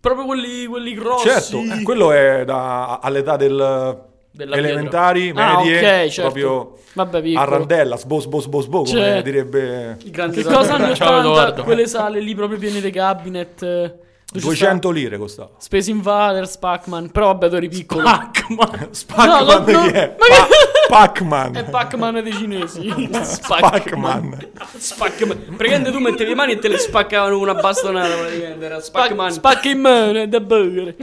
Speaker 3: Proprio quelli, quelli
Speaker 4: Oh,
Speaker 3: grossi.
Speaker 5: Certo, eh, quello è da- all'età del
Speaker 2: Della
Speaker 5: elementari,
Speaker 4: Ah,
Speaker 5: medie,
Speaker 4: ok, certo.
Speaker 5: proprio
Speaker 4: Vabbè,
Speaker 5: a
Speaker 4: piccolo.
Speaker 5: randella, sbos sbos sbos sbo, come
Speaker 4: Certo.
Speaker 5: direbbe
Speaker 3: I grandi
Speaker 4: Che
Speaker 3: esagerati.
Speaker 4: cosa hanno
Speaker 2: Ciao,
Speaker 4: 80?
Speaker 2: Edoardo.
Speaker 4: Quelle sale lì proprio piene di cabinet. eh, dove ci
Speaker 5: 200 lire costava.
Speaker 4: sta Space Invaders, Pac-Man. Però vabbè, tu eri piccolo.
Speaker 2: Pac-Man.
Speaker 5: Pac-Man
Speaker 4: no, no,
Speaker 5: chi è?
Speaker 4: ma
Speaker 5: Pa- Pac-Man.
Speaker 4: È Pac-Man dei cinesi.
Speaker 5: Pac-Man.
Speaker 3: Spackman. Praticamente tu mettevi le mani e te le spaccavano una bastonata. praticamente, Era
Speaker 4: Pac-
Speaker 3: Spackman.
Speaker 4: Spac-Man da burger.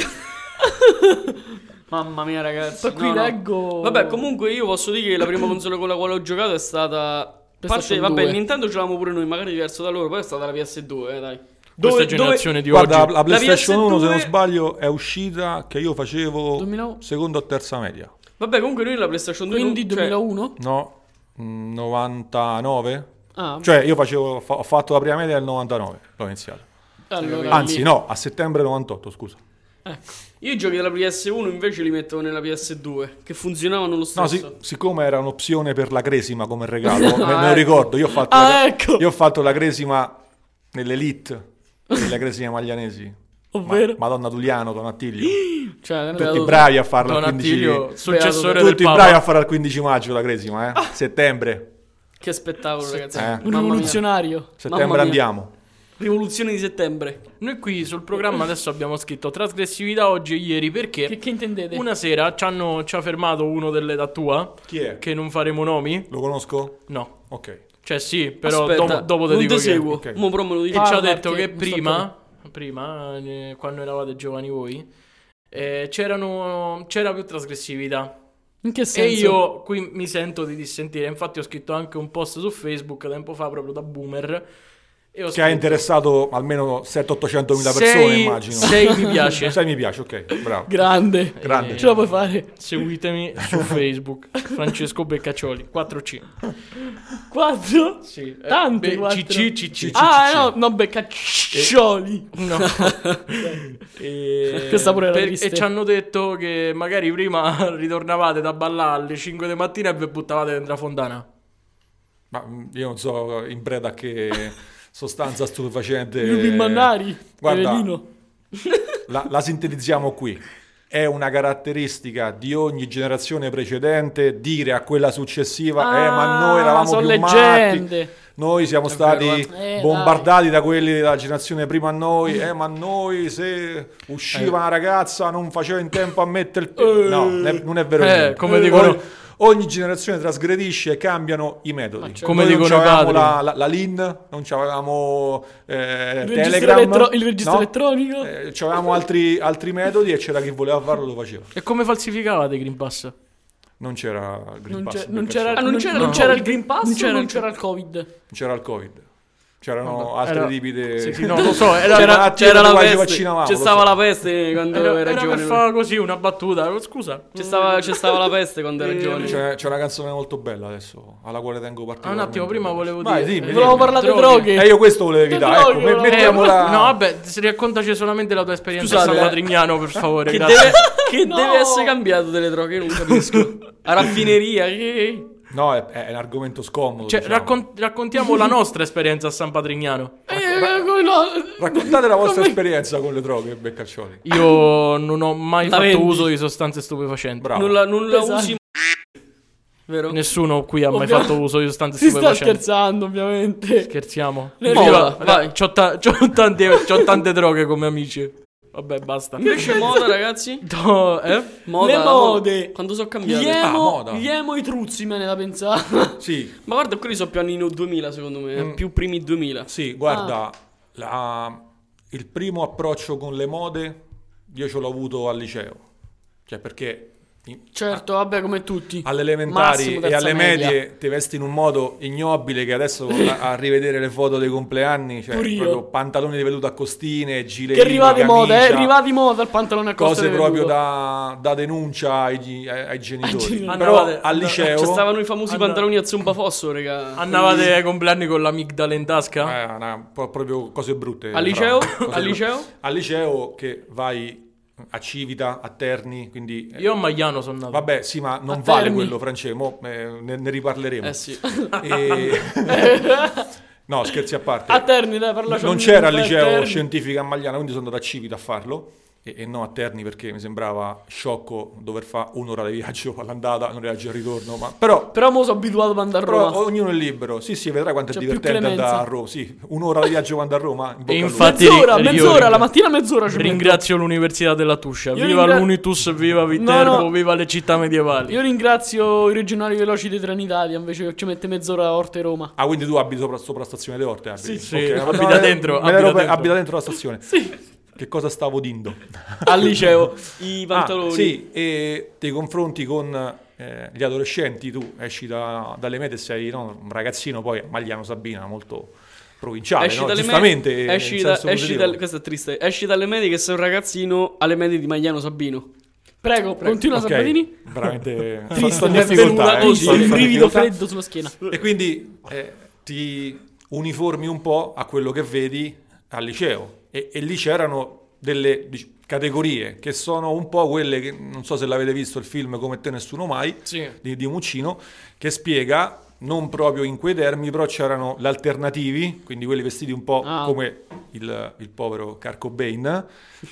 Speaker 3: Mamma mia, ragazzi.
Speaker 4: Ma qui leggo-
Speaker 3: Vabbè, comunque io posso dire che la prima console con la quale ho giocato è stata. a Parte,
Speaker 4: PlayStation
Speaker 3: vabbè,
Speaker 4: 2.
Speaker 3: Nintendo ce l'avevamo pure noi, magari diverso da loro. Poi è stata la PS2, eh, dai.
Speaker 2: Questa
Speaker 3: Dove-
Speaker 2: generazione di
Speaker 5: Guarda,
Speaker 2: oggi.
Speaker 5: la PlayStation
Speaker 3: PS2
Speaker 5: 1, se non sbaglio, è uscita che io facevo
Speaker 4: 2001.
Speaker 5: seconda o terza media.
Speaker 3: dove- Vabbè, comunque noi la PlayStation 2.
Speaker 4: Quindi
Speaker 3: cioè,
Speaker 4: 2001?
Speaker 5: No, Mm, 99?
Speaker 4: Ah,
Speaker 5: Cioè, io facevo, fa- ho fatto la prima media nel 99, l'ho iniziato.
Speaker 4: allora
Speaker 5: Anzi,
Speaker 4: lì.
Speaker 5: no, a settembre 98, scusa.
Speaker 3: Io i giochi della PS1 invece li mettevo nella PS2, che funzionavano lo stesso.
Speaker 5: No, sì, siccome era un'opzione per la cresima come regalo, me, me lo
Speaker 3: ecco.
Speaker 5: ricordo, io ho fatto,
Speaker 4: Ah,
Speaker 5: la,
Speaker 4: ecco.
Speaker 5: io ho fatto la cresima nell'elite, nella cresima maglianesi.
Speaker 4: Ovvero?
Speaker 5: Madonna Duliano, Donattilio,
Speaker 4: Cioè,
Speaker 5: tutti bravi a farla al 15
Speaker 2: Donattilio, successore del
Speaker 5: Tutti
Speaker 2: Papa.
Speaker 5: bravi a farla al 15 maggio la cresima, eh? Settembre,
Speaker 3: Che spettacolo, ragazzi.
Speaker 5: Eh.
Speaker 4: Un
Speaker 3: Mamma mia.
Speaker 4: rivoluzionario.
Speaker 5: settembre
Speaker 3: mia.
Speaker 5: andiamo.
Speaker 3: Rivoluzione di settembre.
Speaker 2: Noi qui sul programma adesso abbiamo scritto trasgressività oggi e ieri perché
Speaker 4: Che, che intendete?
Speaker 2: una sera ci hanno- ci ha fermato uno dell'età tua,
Speaker 5: Chi è?
Speaker 2: che non faremo nomi.
Speaker 5: Lo conosco?
Speaker 2: No.
Speaker 5: Ok.
Speaker 2: Cioè sì, però
Speaker 3: Aspetta,
Speaker 2: dopo, dopo te
Speaker 3: non
Speaker 2: dico
Speaker 3: te
Speaker 2: che-
Speaker 3: seguo.
Speaker 5: ok.
Speaker 3: Mo però me lo dici.
Speaker 2: che ci ha
Speaker 4: Parla,
Speaker 2: detto
Speaker 4: perché
Speaker 2: che
Speaker 4: non
Speaker 2: prima, prima, eh, quando eravate giovani voi, eh, c'erano, c'era più trasgressività.
Speaker 4: In che
Speaker 2: E
Speaker 4: senso?
Speaker 2: io qui mi sento di dissentire. Infatti, ho scritto anche un post su Facebook tempo fa, proprio da boomer. E ho
Speaker 5: Che ha
Speaker 2: scritto,
Speaker 5: interessato almeno 700-800 mila
Speaker 2: "Sei-
Speaker 5: persone, immagino.
Speaker 2: Sei mi piace.
Speaker 5: Sai, mi piace, ok, bravo.
Speaker 4: Grande.
Speaker 5: Grande.
Speaker 4: Ce la puoi fare.
Speaker 2: Seguitemi su Facebook, Francesco Beccaccioli 4C.
Speaker 4: 4?
Speaker 2: Sì, eh,
Speaker 4: Tante
Speaker 2: beh,
Speaker 4: quattro.
Speaker 2: CC, CC.
Speaker 4: Ah, no, no, beh, caccioli.
Speaker 2: eh, No. e...
Speaker 4: Questa pure era
Speaker 2: Eh, per-
Speaker 4: triste.
Speaker 2: E ci hanno detto che magari prima ritornavate da ballare alle 5 di mattina e vi buttavate dentro la fontana.
Speaker 5: Ma mm, io non so in preda a che sostanza stupefacente.
Speaker 4: Lupi Mannari.
Speaker 5: Eh. guarda.
Speaker 4: Pelino.
Speaker 5: La, la sintetizziamo qui. È una caratteristica di ogni generazione precedente dire a quella successiva: Eh,
Speaker 2: Ah,
Speaker 5: ma noi eravamo
Speaker 4: sono
Speaker 5: più matti.
Speaker 4: leggende.
Speaker 5: Noi siamo stati
Speaker 3: vero,
Speaker 4: eh. Eh,
Speaker 5: bombardati da quelli della generazione prima a noi. Eh, ma noi se usciva una ragazza non faceva in tempo a mettere il piede. No, ne- non è vero.
Speaker 2: Eh,
Speaker 5: niente.
Speaker 2: come dicono-
Speaker 5: Ogni, ogni generazione trasgredisce e cambiano i metodi.
Speaker 2: Come
Speaker 5: Noi
Speaker 2: dicono
Speaker 5: non
Speaker 2: i
Speaker 5: avevamo
Speaker 2: padri.
Speaker 5: la, la, la LIN, non avevamo eh,
Speaker 4: Il registro,
Speaker 5: Telegram.
Speaker 4: elettro- il registro
Speaker 5: no?
Speaker 4: elettronico.
Speaker 5: Eh, c'avevamo altri, altri metodi e c'era chi voleva farlo lo faceva.
Speaker 2: E come falsificavate Green Pass?
Speaker 5: Non c'era il Green
Speaker 4: Non,
Speaker 5: Pass
Speaker 4: c'è-
Speaker 5: per
Speaker 4: non
Speaker 5: cazzo.
Speaker 4: c'era,
Speaker 3: Ah, non c'era-
Speaker 4: non
Speaker 3: no.
Speaker 4: c'era il Green Pass,
Speaker 3: Non
Speaker 4: non
Speaker 3: c'era
Speaker 4: c'era,
Speaker 3: il-
Speaker 4: il Covid.
Speaker 5: Non c'era il Covid. C'erano altri
Speaker 2: era-
Speaker 5: tipi di...
Speaker 2: Sì, sì, no, lo so, era,
Speaker 5: C'era-
Speaker 2: era,
Speaker 5: Ah,
Speaker 3: C'era
Speaker 5: tipo
Speaker 3: la
Speaker 5: quando ci
Speaker 3: peste.
Speaker 5: vaccinavamo,
Speaker 3: C'è
Speaker 5: lo
Speaker 3: stava
Speaker 5: so.
Speaker 3: la peste quando
Speaker 2: era,
Speaker 3: era
Speaker 2: per
Speaker 3: giovane.
Speaker 2: fare così una battuta. Scusa,
Speaker 3: C'è stava, c'è stava la peste quando era
Speaker 2: Eh,
Speaker 3: giovane.
Speaker 5: C'è, c'è una canzone molto bella adesso, alla quale tengo
Speaker 2: Ah, un
Speaker 5: particolarmente.
Speaker 2: attimo, prima volevo
Speaker 5: Vai,
Speaker 2: dire.
Speaker 5: dimmi, dimmi.
Speaker 4: Volevamo parlare di droghe.
Speaker 5: E Eh, io questo volevo evitare,
Speaker 4: Te
Speaker 5: ecco,
Speaker 4: voglio,
Speaker 5: me-
Speaker 4: no.
Speaker 5: mettiamola...
Speaker 2: Eh, No, vabbè, se raccontaci solamente la tua esperienza
Speaker 3: Scusate,
Speaker 2: a San
Speaker 3: eh.
Speaker 2: Patrignano, per favore.
Speaker 3: Che,
Speaker 2: grazie.
Speaker 3: deve, che
Speaker 4: No.
Speaker 3: deve essere cambiato delle droghe, io non capisco. A raffineria, che...
Speaker 5: No, è, è un argomento scomodo.
Speaker 2: Cioè,
Speaker 5: diciamo.
Speaker 2: raccon- raccontiamo la nostra esperienza a San Patrignano.
Speaker 4: Eh, come no?
Speaker 5: Raccontate la vostra esperienza con le droghe, Beccaccioli.
Speaker 2: Io non ho mai
Speaker 3: La
Speaker 2: fatto
Speaker 3: vendi?
Speaker 2: uso di sostanze stupefacenti.
Speaker 5: Bravo.
Speaker 4: Esatto.
Speaker 3: Non la, non la
Speaker 4: Pesante.
Speaker 3: usi vero?
Speaker 2: Nessuno qui ha mai
Speaker 4: Ovvio-
Speaker 2: fatto uso di sostanze
Speaker 4: Si sta
Speaker 2: stupefacenti.
Speaker 4: scherzando, ovviamente.
Speaker 2: Scherziamo.
Speaker 4: Le
Speaker 2: Io-
Speaker 3: mola, vai.
Speaker 2: C'ho, ta- c'ho tante, c'ho tante droghe come amici. Vabbè, basta.
Speaker 3: Invece moda, ragazzi?
Speaker 2: No, eh?
Speaker 3: Moda,
Speaker 4: Le mode.
Speaker 3: Quando sono cambiate?
Speaker 4: Gli
Speaker 5: Ah,
Speaker 4: emo,
Speaker 5: moda.
Speaker 4: gli emo e i truzzi, me ne da pensare. Mm.
Speaker 5: Sì,
Speaker 3: Ma guarda, quelli sono più anni 2000 secondo me, eh, più primi 2000.
Speaker 5: sì, guarda,
Speaker 4: Ah.
Speaker 5: la- il primo approccio con le mode io ce l'ho avuto al liceo. Cioè perché in-
Speaker 4: certo, vabbè, come tutti.
Speaker 5: alle elementari
Speaker 4: Massimo
Speaker 5: e
Speaker 4: terza
Speaker 5: alle
Speaker 4: media.
Speaker 5: medie ti vesti in un modo ignobile che adesso a, a rivedere le foto dei compleanni, cioè
Speaker 4: Pure io.
Speaker 5: proprio pantaloni di velluto a costine, giletti,
Speaker 4: Che arrivavi moda, eh,
Speaker 5: camicia,
Speaker 4: arrivavi moda al pantalone a costa
Speaker 5: cose
Speaker 4: di
Speaker 5: proprio
Speaker 4: velluto.
Speaker 5: da, da denuncia ai, gi- ai- ai genitori.
Speaker 4: genitori.
Speaker 5: Però
Speaker 2: Andavate-
Speaker 5: al
Speaker 2: and-
Speaker 5: liceo
Speaker 3: Ci Cioè, stavano i famosi
Speaker 2: Anna-
Speaker 3: pantaloni a zumba fosso, raga.
Speaker 2: Andavate ai compleanni con l'amigdala in tasca?
Speaker 5: Eh, no, po- proprio cose brutte.
Speaker 3: Al
Speaker 5: fra-
Speaker 3: liceo?
Speaker 5: cose brutte.
Speaker 3: Al liceo?
Speaker 5: Al liceo che vai a Civita, a Terni, quindi... eh,
Speaker 2: Io a Magliano sono nato.
Speaker 5: Vabbè, sì, ma non
Speaker 4: A
Speaker 5: vale
Speaker 4: Terni.
Speaker 5: quello, France, mo, eh, ne, ne riparleremo.
Speaker 3: Eh sì.
Speaker 5: E- no, scherzi a parte.
Speaker 4: A Terni, dai, parla
Speaker 5: non c'era il liceo scientifico a Magliana, quindi sono andato a Civita a farlo e, e non a Terni perché mi sembrava sciocco dover fare un'ora di viaggio all'andata, un'ora di viaggio al ritorno, ma però...
Speaker 4: Però mo sono abituato ad andare a
Speaker 5: però
Speaker 4: Roma.
Speaker 5: ognuno è libero, sì sì, vedrai quanto
Speaker 4: C'è
Speaker 5: è
Speaker 4: più
Speaker 5: divertente andare
Speaker 4: clemenza.
Speaker 5: a Roma, sì, un'ora di viaggio quando a Roma, in bocca al lupo.
Speaker 2: Infatti- io
Speaker 4: mezz'ora, mezz'ora,
Speaker 2: ringrazio-
Speaker 4: la mattina mezz'ora ci metto.
Speaker 2: Ringrazio l'Università della Tuscia.
Speaker 4: Io
Speaker 2: viva
Speaker 4: ringra-
Speaker 2: l'Unitus, viva Viterbo,
Speaker 4: No, no.
Speaker 2: viva le città medievali.
Speaker 4: Io ringrazio i regionali veloci di Trenitalia, invece che ci mette mezz'ora a Orte Roma.
Speaker 5: Ah, quindi tu abiti sopra, sopra la stazione di Orte? Abiti.
Speaker 2: Sì, eh, sì,
Speaker 5: Ok,
Speaker 2: abita
Speaker 5: me l'ero-
Speaker 2: dentro,
Speaker 5: me
Speaker 2: abita
Speaker 5: l'ero pe-
Speaker 2: dentro.
Speaker 5: abita dentro la stazione. Che cosa stavo dindo?
Speaker 3: Al liceo, i
Speaker 5: Ah,
Speaker 3: pantaloni.
Speaker 5: sì, e ti confronti con eh, gli adolescenti, tu esci da- dalle mete e sei no, un ragazzino, poi a Magliano Sabina, molto provinciale,
Speaker 3: Esci
Speaker 5: no?
Speaker 3: dalle
Speaker 5: giustamente,
Speaker 3: medie,
Speaker 5: in
Speaker 3: esci, da-
Speaker 5: senso
Speaker 3: esci
Speaker 5: positivo.
Speaker 3: dal- questo è triste. Esci dalle medie che sei un ragazzino alle medie di Magliano Sabino.
Speaker 4: Prego, continua
Speaker 5: Ok,
Speaker 4: Sabatini.
Speaker 5: Veramente
Speaker 4: Triste,
Speaker 5: sono in
Speaker 4: mi è
Speaker 5: difficoltà,
Speaker 3: venuta
Speaker 5: eh,
Speaker 3: così,
Speaker 5: sono in
Speaker 4: un brivido
Speaker 5: difficoltà.
Speaker 4: freddo sulla schiena.
Speaker 5: E quindi eh, ti uniformi un po' a quello che vedi al liceo. E, e lì c'erano delle dic- categorie che sono un po' quelle che non so se l'avete visto il film Come te nessuno mai
Speaker 2: Sì.
Speaker 5: di, di Muccino che spiega non proprio in quei termini, però c'erano gli alternativi, quindi quelli vestiti un po'
Speaker 4: Ah.
Speaker 5: come il, il povero Carco Bane,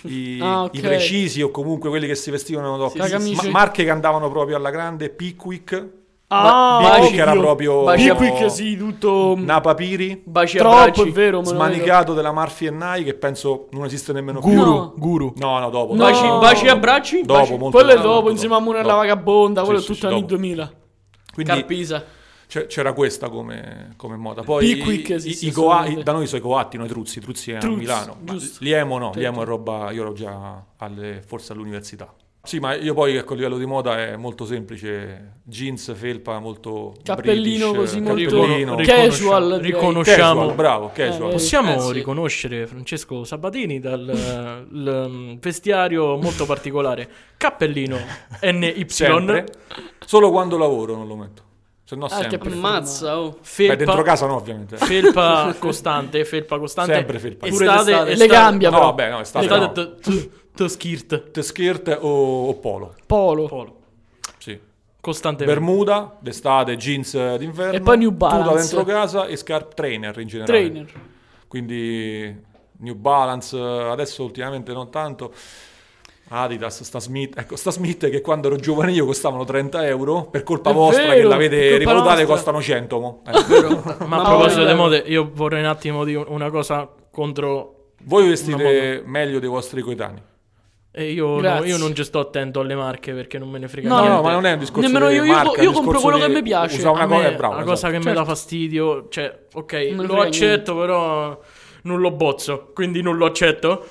Speaker 5: i,
Speaker 4: Ah, ok.
Speaker 5: i precisi o comunque quelli che si vestivano
Speaker 4: sì, sì,
Speaker 5: ma-
Speaker 4: sì.
Speaker 5: marche che andavano proprio alla grande, Pickwick,
Speaker 4: Ah,
Speaker 5: Big
Speaker 4: ovvio.
Speaker 5: Quick era proprio-
Speaker 4: Big
Speaker 5: Baci a-
Speaker 4: Quick, sì, tutto...
Speaker 5: Napapiri,
Speaker 3: Baci a
Speaker 4: troppo,
Speaker 3: baci.
Speaker 4: è vero, me lo vedo.
Speaker 5: smanicato della Murphy e Nye che penso non esiste nemmeno più.
Speaker 4: Guru.
Speaker 5: No, Eh,
Speaker 2: Guru.
Speaker 5: no, no, dopo.
Speaker 4: No.
Speaker 5: dopo,
Speaker 3: Baci,
Speaker 4: No.
Speaker 3: baci a bracci.
Speaker 5: dopo,
Speaker 3: baci-
Speaker 5: molto
Speaker 4: Quello è
Speaker 5: dopo,
Speaker 4: dopo, insieme a Mura la
Speaker 5: dopo.
Speaker 4: Vagabonda,
Speaker 5: Sì,
Speaker 4: quello
Speaker 5: sì,
Speaker 4: è
Speaker 5: sì,
Speaker 4: tutto anni
Speaker 5: dopo.
Speaker 4: 2000.
Speaker 5: Quindi
Speaker 3: Carpisa.
Speaker 5: c'è- c'era questa come, come moda. Poi i-
Speaker 4: Pickwick, sì,
Speaker 5: i-
Speaker 4: sì,
Speaker 5: i coa-
Speaker 4: assolutamente.
Speaker 5: i- da noi sono i coatti, noi truzzi, truzzi a
Speaker 4: Truzzi,
Speaker 5: Milano. Ma
Speaker 4: giusto. Certo.
Speaker 5: Liemo no, Liemo è roba, io ero già alle- forse all'università. Sì, ma io poi ecco, a livello di moda è molto semplice, jeans, felpa, molto
Speaker 4: Cappellino
Speaker 5: British,
Speaker 4: così, molto-
Speaker 5: cappellino.
Speaker 2: Riconosciamo-
Speaker 4: Casual, direi.
Speaker 2: riconosciamo.
Speaker 5: Casual, bravo, casual.
Speaker 4: vedi.
Speaker 2: Possiamo
Speaker 3: Eh, sì.
Speaker 2: riconoscere Francesco Sabatini dal eh, l, mm, vestiario molto particolare. Cappellino NY,
Speaker 5: Sempre. Solo quando lavoro non lo metto. Se no
Speaker 4: Ah, che
Speaker 5: sempre.
Speaker 4: per-
Speaker 3: Ammazza, oh.
Speaker 5: Beh, dentro
Speaker 2: felpa,
Speaker 5: casa no, ovviamente.
Speaker 2: felpa costante, felpa costante.
Speaker 5: Sempre felpa.
Speaker 2: Estate,
Speaker 3: Pure d'estate.
Speaker 2: estate-
Speaker 4: Le cambia,
Speaker 5: No,
Speaker 4: però.
Speaker 5: vabbè, no, è stato
Speaker 2: Estate,
Speaker 5: no.
Speaker 2: t- t- t- skirt.
Speaker 5: T- skirt o, o polo.
Speaker 4: Polo.
Speaker 2: Polo.
Speaker 5: Sì.
Speaker 2: Costantemente.
Speaker 5: Bermuda d'estate, jeans eh, d'inverno.
Speaker 4: E poi New Balance.
Speaker 5: Tuta dentro casa e scarpe trainer in generale.
Speaker 4: Trainer.
Speaker 5: Quindi New Balance, eh, adesso ultimamente non tanto. Adidas, sta Smith, ecco, sta Smith che quando ero giovane io costavano 30 euro, per colpa
Speaker 4: È
Speaker 5: vostra che
Speaker 4: vero, per
Speaker 5: l'avete
Speaker 4: colpa
Speaker 5: rivalutate
Speaker 4: nostra.
Speaker 5: costano 100. mo. Eh, vero.
Speaker 2: Ma a
Speaker 4: Ma
Speaker 2: proposito
Speaker 4: poi-
Speaker 2: delle mode, io vorrei un attimo dire una cosa contro
Speaker 5: Voi
Speaker 2: Una
Speaker 5: vestite meglio dei vostri coetanei.
Speaker 2: E io, no,
Speaker 4: Grazie.
Speaker 2: io non ci sto attento alle marche perché non me ne frega
Speaker 4: No,
Speaker 5: No,
Speaker 2: niente.
Speaker 5: no, ma non è un discorso
Speaker 4: Nemmeno
Speaker 5: di
Speaker 4: io- io-
Speaker 5: marca, è un
Speaker 4: io compro
Speaker 5: discorso
Speaker 4: quello
Speaker 5: di-
Speaker 4: che mi piace.
Speaker 5: Usa una
Speaker 2: A
Speaker 5: cosa,
Speaker 2: me
Speaker 5: è bravo,
Speaker 2: la cosa
Speaker 5: esatto.
Speaker 2: che
Speaker 4: Certo.
Speaker 2: mi dà fastidio, cioè, ok,
Speaker 4: me ne
Speaker 2: lo
Speaker 4: frega
Speaker 2: accetto, però non lo bozzo, quindi non lo accetto.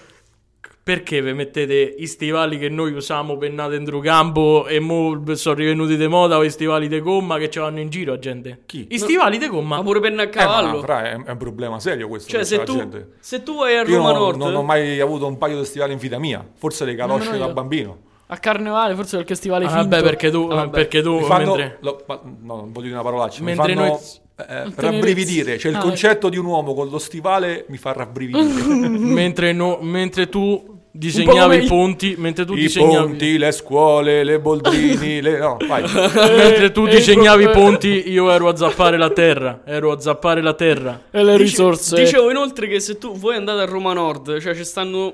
Speaker 2: Perché vi mettete i stivali che noi usiamo pennate in gambo e mo sono rivenuti di moda o i stivali di gomma che ci vanno in giro a gente?
Speaker 5: Chi?
Speaker 2: I stivali di gomma?
Speaker 3: Ma pure penna a
Speaker 5: Eh, ma,
Speaker 3: cavallo.
Speaker 5: fra, è, è un problema serio questo.
Speaker 3: cioè,
Speaker 5: per
Speaker 3: se
Speaker 5: la
Speaker 3: tu,
Speaker 5: gente.
Speaker 3: se tu vai a
Speaker 5: Io
Speaker 3: Roma
Speaker 5: non,
Speaker 3: Nord.
Speaker 5: non ho mai avuto un paio di stivali in vita mia, forse le calosce
Speaker 4: Nemmeno
Speaker 5: da
Speaker 4: io.
Speaker 5: bambino.
Speaker 4: A carnevale, forse perché stivale
Speaker 2: Ah,
Speaker 4: finto.
Speaker 2: vabbè, perché tu, perché tu
Speaker 5: Mi fanno,
Speaker 2: Oh, mentre...
Speaker 5: lo- ma- no, non voglio dire una parolaccia,
Speaker 2: Mentre
Speaker 5: mi fanno
Speaker 2: noi-
Speaker 5: eh,
Speaker 4: tenerezza.
Speaker 5: rabbrividire, cioè il
Speaker 4: Ah,
Speaker 5: concetto di un uomo con lo stivale mi fa rabbrividire.
Speaker 2: mentre, no- mentre tu disegnavi
Speaker 4: come
Speaker 2: i
Speaker 4: i-
Speaker 2: ponti, mentre tu
Speaker 5: I
Speaker 2: disegnavi...
Speaker 5: ponti, le scuole, le boldrini, le... no, vai.
Speaker 4: Eh,
Speaker 2: Mentre tu
Speaker 4: e
Speaker 2: disegnavi i
Speaker 4: il pro-
Speaker 2: ponti, io ero a zappare la terra. Ero a zappare la terra.
Speaker 4: E le
Speaker 3: Dice-
Speaker 4: risorse. Eh,
Speaker 3: Dicevo inoltre che se tu vuoi andare a Roma Nord, cioè ci stanno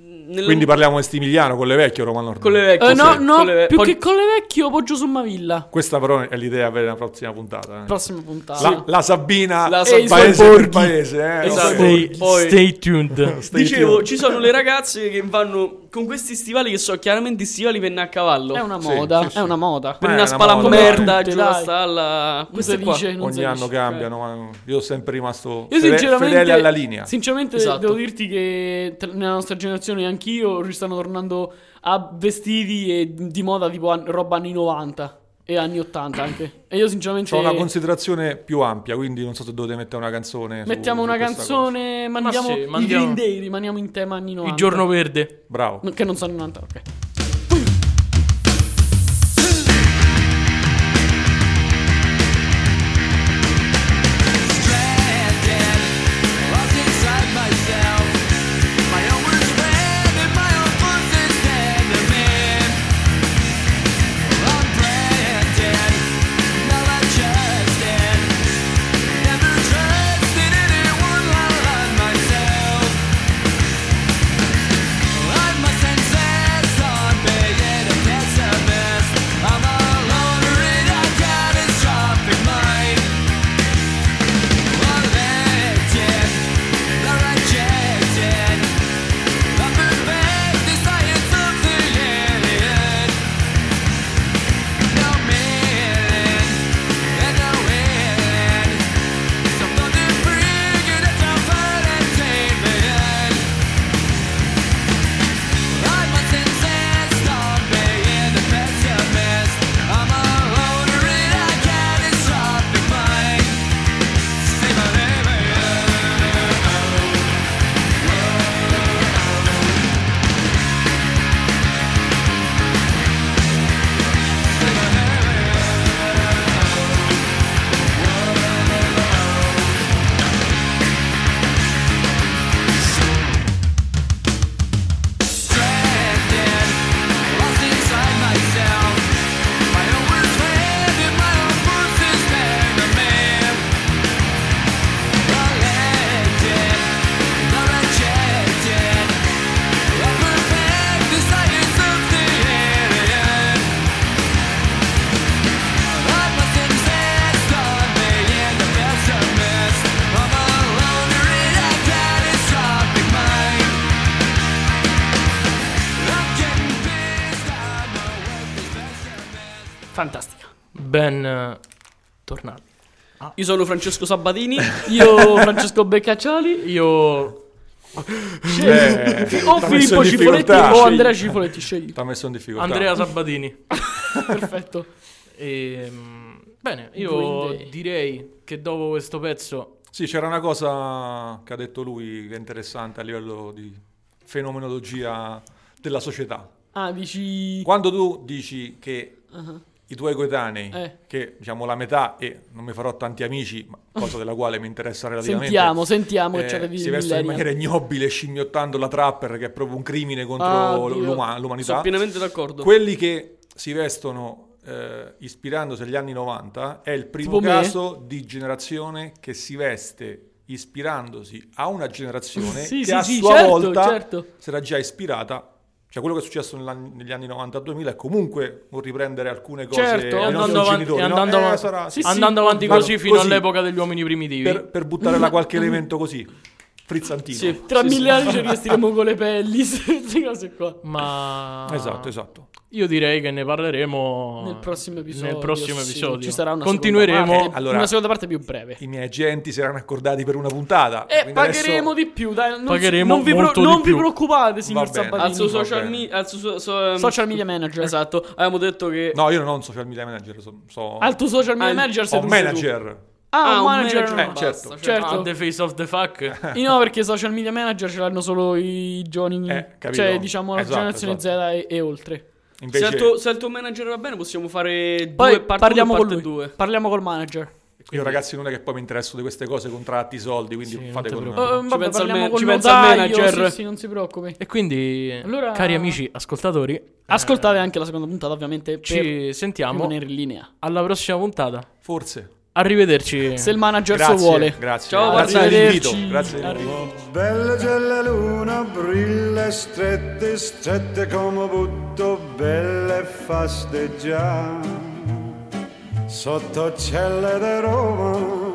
Speaker 3: mm, nel-
Speaker 5: Quindi parliamo di Stimiliano, con le vecchie Roma Nord.
Speaker 3: con le vecchie.
Speaker 4: Eh, no,
Speaker 3: sì.
Speaker 4: no,
Speaker 3: Con le ve-
Speaker 4: più
Speaker 3: poi-
Speaker 4: che con le vecchie, Poggio su Mavilla.
Speaker 5: Questa però è l'idea per la prossima puntata. eh.
Speaker 4: Prossima puntata.
Speaker 5: La, la Sabina,
Speaker 3: La
Speaker 5: paese
Speaker 3: Sabina.
Speaker 5: per paese. eh.
Speaker 3: Esatto.
Speaker 5: Ok.
Speaker 2: Stay,
Speaker 3: Poi-
Speaker 2: stay tuned.
Speaker 5: Stai
Speaker 3: Dicevo,
Speaker 5: tuned.
Speaker 3: ci sono le ragazze che vanno con questi stivali che sono chiaramente stivali penna a cavallo.
Speaker 4: È una
Speaker 5: Sì,
Speaker 4: moda,
Speaker 5: sì, sì.
Speaker 4: è una moda.
Speaker 5: Ma
Speaker 3: per
Speaker 5: Eh, è
Speaker 3: una
Speaker 5: una
Speaker 3: spalla
Speaker 5: moda.
Speaker 3: merda,
Speaker 4: Tutte,
Speaker 3: giù la
Speaker 4: dai.
Speaker 3: stalla.
Speaker 4: Non
Speaker 3: Questo
Speaker 4: si
Speaker 3: è qua.
Speaker 4: dice, non eh. si
Speaker 5: Ogni anno
Speaker 4: dice.
Speaker 5: cambiano, ma io sono sempre rimasto
Speaker 4: Io
Speaker 5: fede-
Speaker 4: sinceramente,
Speaker 5: fedele alla linea.
Speaker 4: Sinceramente
Speaker 3: Esatto.
Speaker 4: devo dirti che tra- nella nostra generazione anch'io ri- stanno tornando a vestiti e di moda tipo an- roba anni 90 e anni 80 anche. E io sinceramente
Speaker 5: C'ho una considerazione più ampia, quindi non so se dovete mettere una canzone. su-
Speaker 4: mettiamo
Speaker 5: su
Speaker 4: una
Speaker 5: questa cosa.
Speaker 4: canzone, mandiamo
Speaker 2: sì,
Speaker 4: i
Speaker 2: mandiamo-
Speaker 4: Green Day, rimaniamo in tema anni 90.
Speaker 2: Il giorno verde.
Speaker 5: Bravo.
Speaker 4: No, che non sono 90, ok.
Speaker 7: I'm a loner in a catastrophic mind I'm a loner in a catastrophic mind See my name, I'm a loner in a catastrophic mind I'm getting pissed, I'm a worthless pessimist
Speaker 4: Fantastica.
Speaker 2: Ben eh, tornati. Ah.
Speaker 3: Io sono Francesco Sabatini.
Speaker 4: Io Francesco Beccaccioli
Speaker 2: Io
Speaker 5: Eh,
Speaker 4: o
Speaker 5: t'ha messo
Speaker 4: Filippo
Speaker 5: in
Speaker 4: Cifoletti
Speaker 5: difficoltà.
Speaker 4: o Andrea Cifoletti, scegli.
Speaker 5: T'ha messo in difficoltà.
Speaker 2: Andrea Sabatini.
Speaker 4: Perfetto.
Speaker 2: Ehm, bene,
Speaker 4: Green
Speaker 2: io
Speaker 4: Day.
Speaker 2: direi che dopo questo pezzo
Speaker 5: Sì, c'era una cosa che ha detto lui che è interessante a livello di fenomenologia della società.
Speaker 4: Ah, dici Uh-huh.
Speaker 5: Quando tu dici che i tuoi coetanei,
Speaker 4: Eh.
Speaker 5: che diciamo la metà, e non mi farò tanti amici, ma cosa della quale mi interessa relativamente.
Speaker 4: Sentiamo, sentiamo
Speaker 5: eh,
Speaker 4: che c'è da dire
Speaker 5: si vestono in
Speaker 4: millennial.
Speaker 5: maniera ignobile scimmiottando la trapper che è proprio un crimine contro
Speaker 4: Ah,
Speaker 5: l-
Speaker 4: Dio.
Speaker 5: l'uma-
Speaker 3: Sono
Speaker 5: l'umanità
Speaker 3: pienamente d'accordo.
Speaker 5: quelli che si vestono eh, ispirandosi agli anni 90 è il primo
Speaker 4: Tipo me.
Speaker 5: caso di generazione che si veste ispirandosi a una generazione
Speaker 4: Sì,
Speaker 5: che
Speaker 4: sì,
Speaker 5: a
Speaker 4: sì,
Speaker 5: sua
Speaker 4: certo,
Speaker 5: volta
Speaker 4: certo.
Speaker 5: sarà già ispirata cioè quello che è successo nell'an- negli anni 90-2000 è comunque un riprendere alcune cose
Speaker 4: Certo,
Speaker 5: dei Eh, nostri
Speaker 2: andando avanti,
Speaker 5: genitori, no?
Speaker 2: andando
Speaker 5: Eh,
Speaker 2: avanti-
Speaker 5: sarà-
Speaker 4: Sì, sì.
Speaker 2: andando avanti
Speaker 5: Vado
Speaker 2: così fino
Speaker 5: così.
Speaker 2: all'epoca degli uomini primitivi.
Speaker 4: Esatto,
Speaker 5: per, per buttare là qualche elemento così frizzantino
Speaker 3: Sì.
Speaker 4: Tra
Speaker 3: Sì, sì.
Speaker 4: mille anni ci rivestiremo con le pelli, queste cose qua.
Speaker 2: Ma
Speaker 5: esatto esatto
Speaker 2: io direi che ne parleremo
Speaker 4: Nel prossimo episodio.
Speaker 2: Nel prossimo
Speaker 4: sì,
Speaker 2: episodio.
Speaker 4: ci sarà una
Speaker 2: Continueremo.
Speaker 4: seconda parte,
Speaker 5: Eh, allora-
Speaker 4: una seconda parte più breve.
Speaker 5: i miei agenti si erano accordati per una puntata
Speaker 4: E
Speaker 5: quindi
Speaker 4: pagheremo
Speaker 5: adesso-
Speaker 4: di più, dai. Non, si-
Speaker 2: Pagheremo
Speaker 4: non vi, pro-
Speaker 2: molto di
Speaker 4: non vi
Speaker 2: più.
Speaker 4: preoccupate, signor
Speaker 5: Va bene.
Speaker 4: Sabatini.
Speaker 3: Al suo
Speaker 5: Va
Speaker 3: social
Speaker 5: bene.
Speaker 3: media. Al suo so- so- ehm,
Speaker 4: social media manager.
Speaker 3: Esatto. Avevamo detto che.
Speaker 5: No, io non ho un social media manager, so, so
Speaker 4: Al tuo social media
Speaker 3: Al-
Speaker 4: manager sei
Speaker 5: ho
Speaker 4: tu,
Speaker 5: un
Speaker 4: sei tu.
Speaker 5: Oh, manager.
Speaker 4: Ah,
Speaker 3: Ah,
Speaker 4: un manager.
Speaker 5: manager.
Speaker 4: no.
Speaker 5: Eh, certo.
Speaker 3: basta,
Speaker 4: Certo.
Speaker 2: Ah, the face of the fuck.
Speaker 4: Io no, perché i social media manager ce l'hanno solo i giovani.
Speaker 5: Eh, capito.
Speaker 4: cioè, diciamo la
Speaker 5: Esatto,
Speaker 4: generazione
Speaker 5: esatto.
Speaker 4: Z e, e oltre.
Speaker 5: Invece
Speaker 3: Se, il tuo, se il tuo manager va bene, possiamo fare
Speaker 4: Poi
Speaker 3: due parte
Speaker 4: parliamo
Speaker 3: uno e
Speaker 4: con
Speaker 3: parte
Speaker 4: lui.
Speaker 3: due.
Speaker 4: Parliamo col manager.
Speaker 5: io ragazzi non è che poi mi interesso di queste cose, contratti, soldi, quindi
Speaker 2: Sì,
Speaker 5: fate
Speaker 2: non
Speaker 5: con
Speaker 2: ti
Speaker 4: Eh,
Speaker 2: preoccupare.
Speaker 5: me.
Speaker 4: vabbè,
Speaker 3: pensa il
Speaker 4: parliamo
Speaker 3: man-
Speaker 4: col
Speaker 3: ci pensa il
Speaker 4: notaio,
Speaker 3: manager.
Speaker 4: Sì, sì, non si preoccupi.
Speaker 2: E quindi, eh,
Speaker 4: Allora-
Speaker 2: cari amici ascoltatori, eh,
Speaker 4: Ascoltate anche la seconda puntata, ovviamente. per
Speaker 2: ci sentiamo
Speaker 4: rimanere in linea.
Speaker 2: alla prossima puntata.
Speaker 5: Forse.
Speaker 2: Arrivederci.
Speaker 4: Se il manager
Speaker 5: Grazie,
Speaker 4: so Certo vuole.
Speaker 5: grazie.
Speaker 4: Ciao,
Speaker 5: grazie
Speaker 4: arrivederci.
Speaker 5: dell'invito, Grazie dell'invito.
Speaker 1: Belle gelle luna, brille strette, strette come butto, belle faste già. Sotto celle di Roma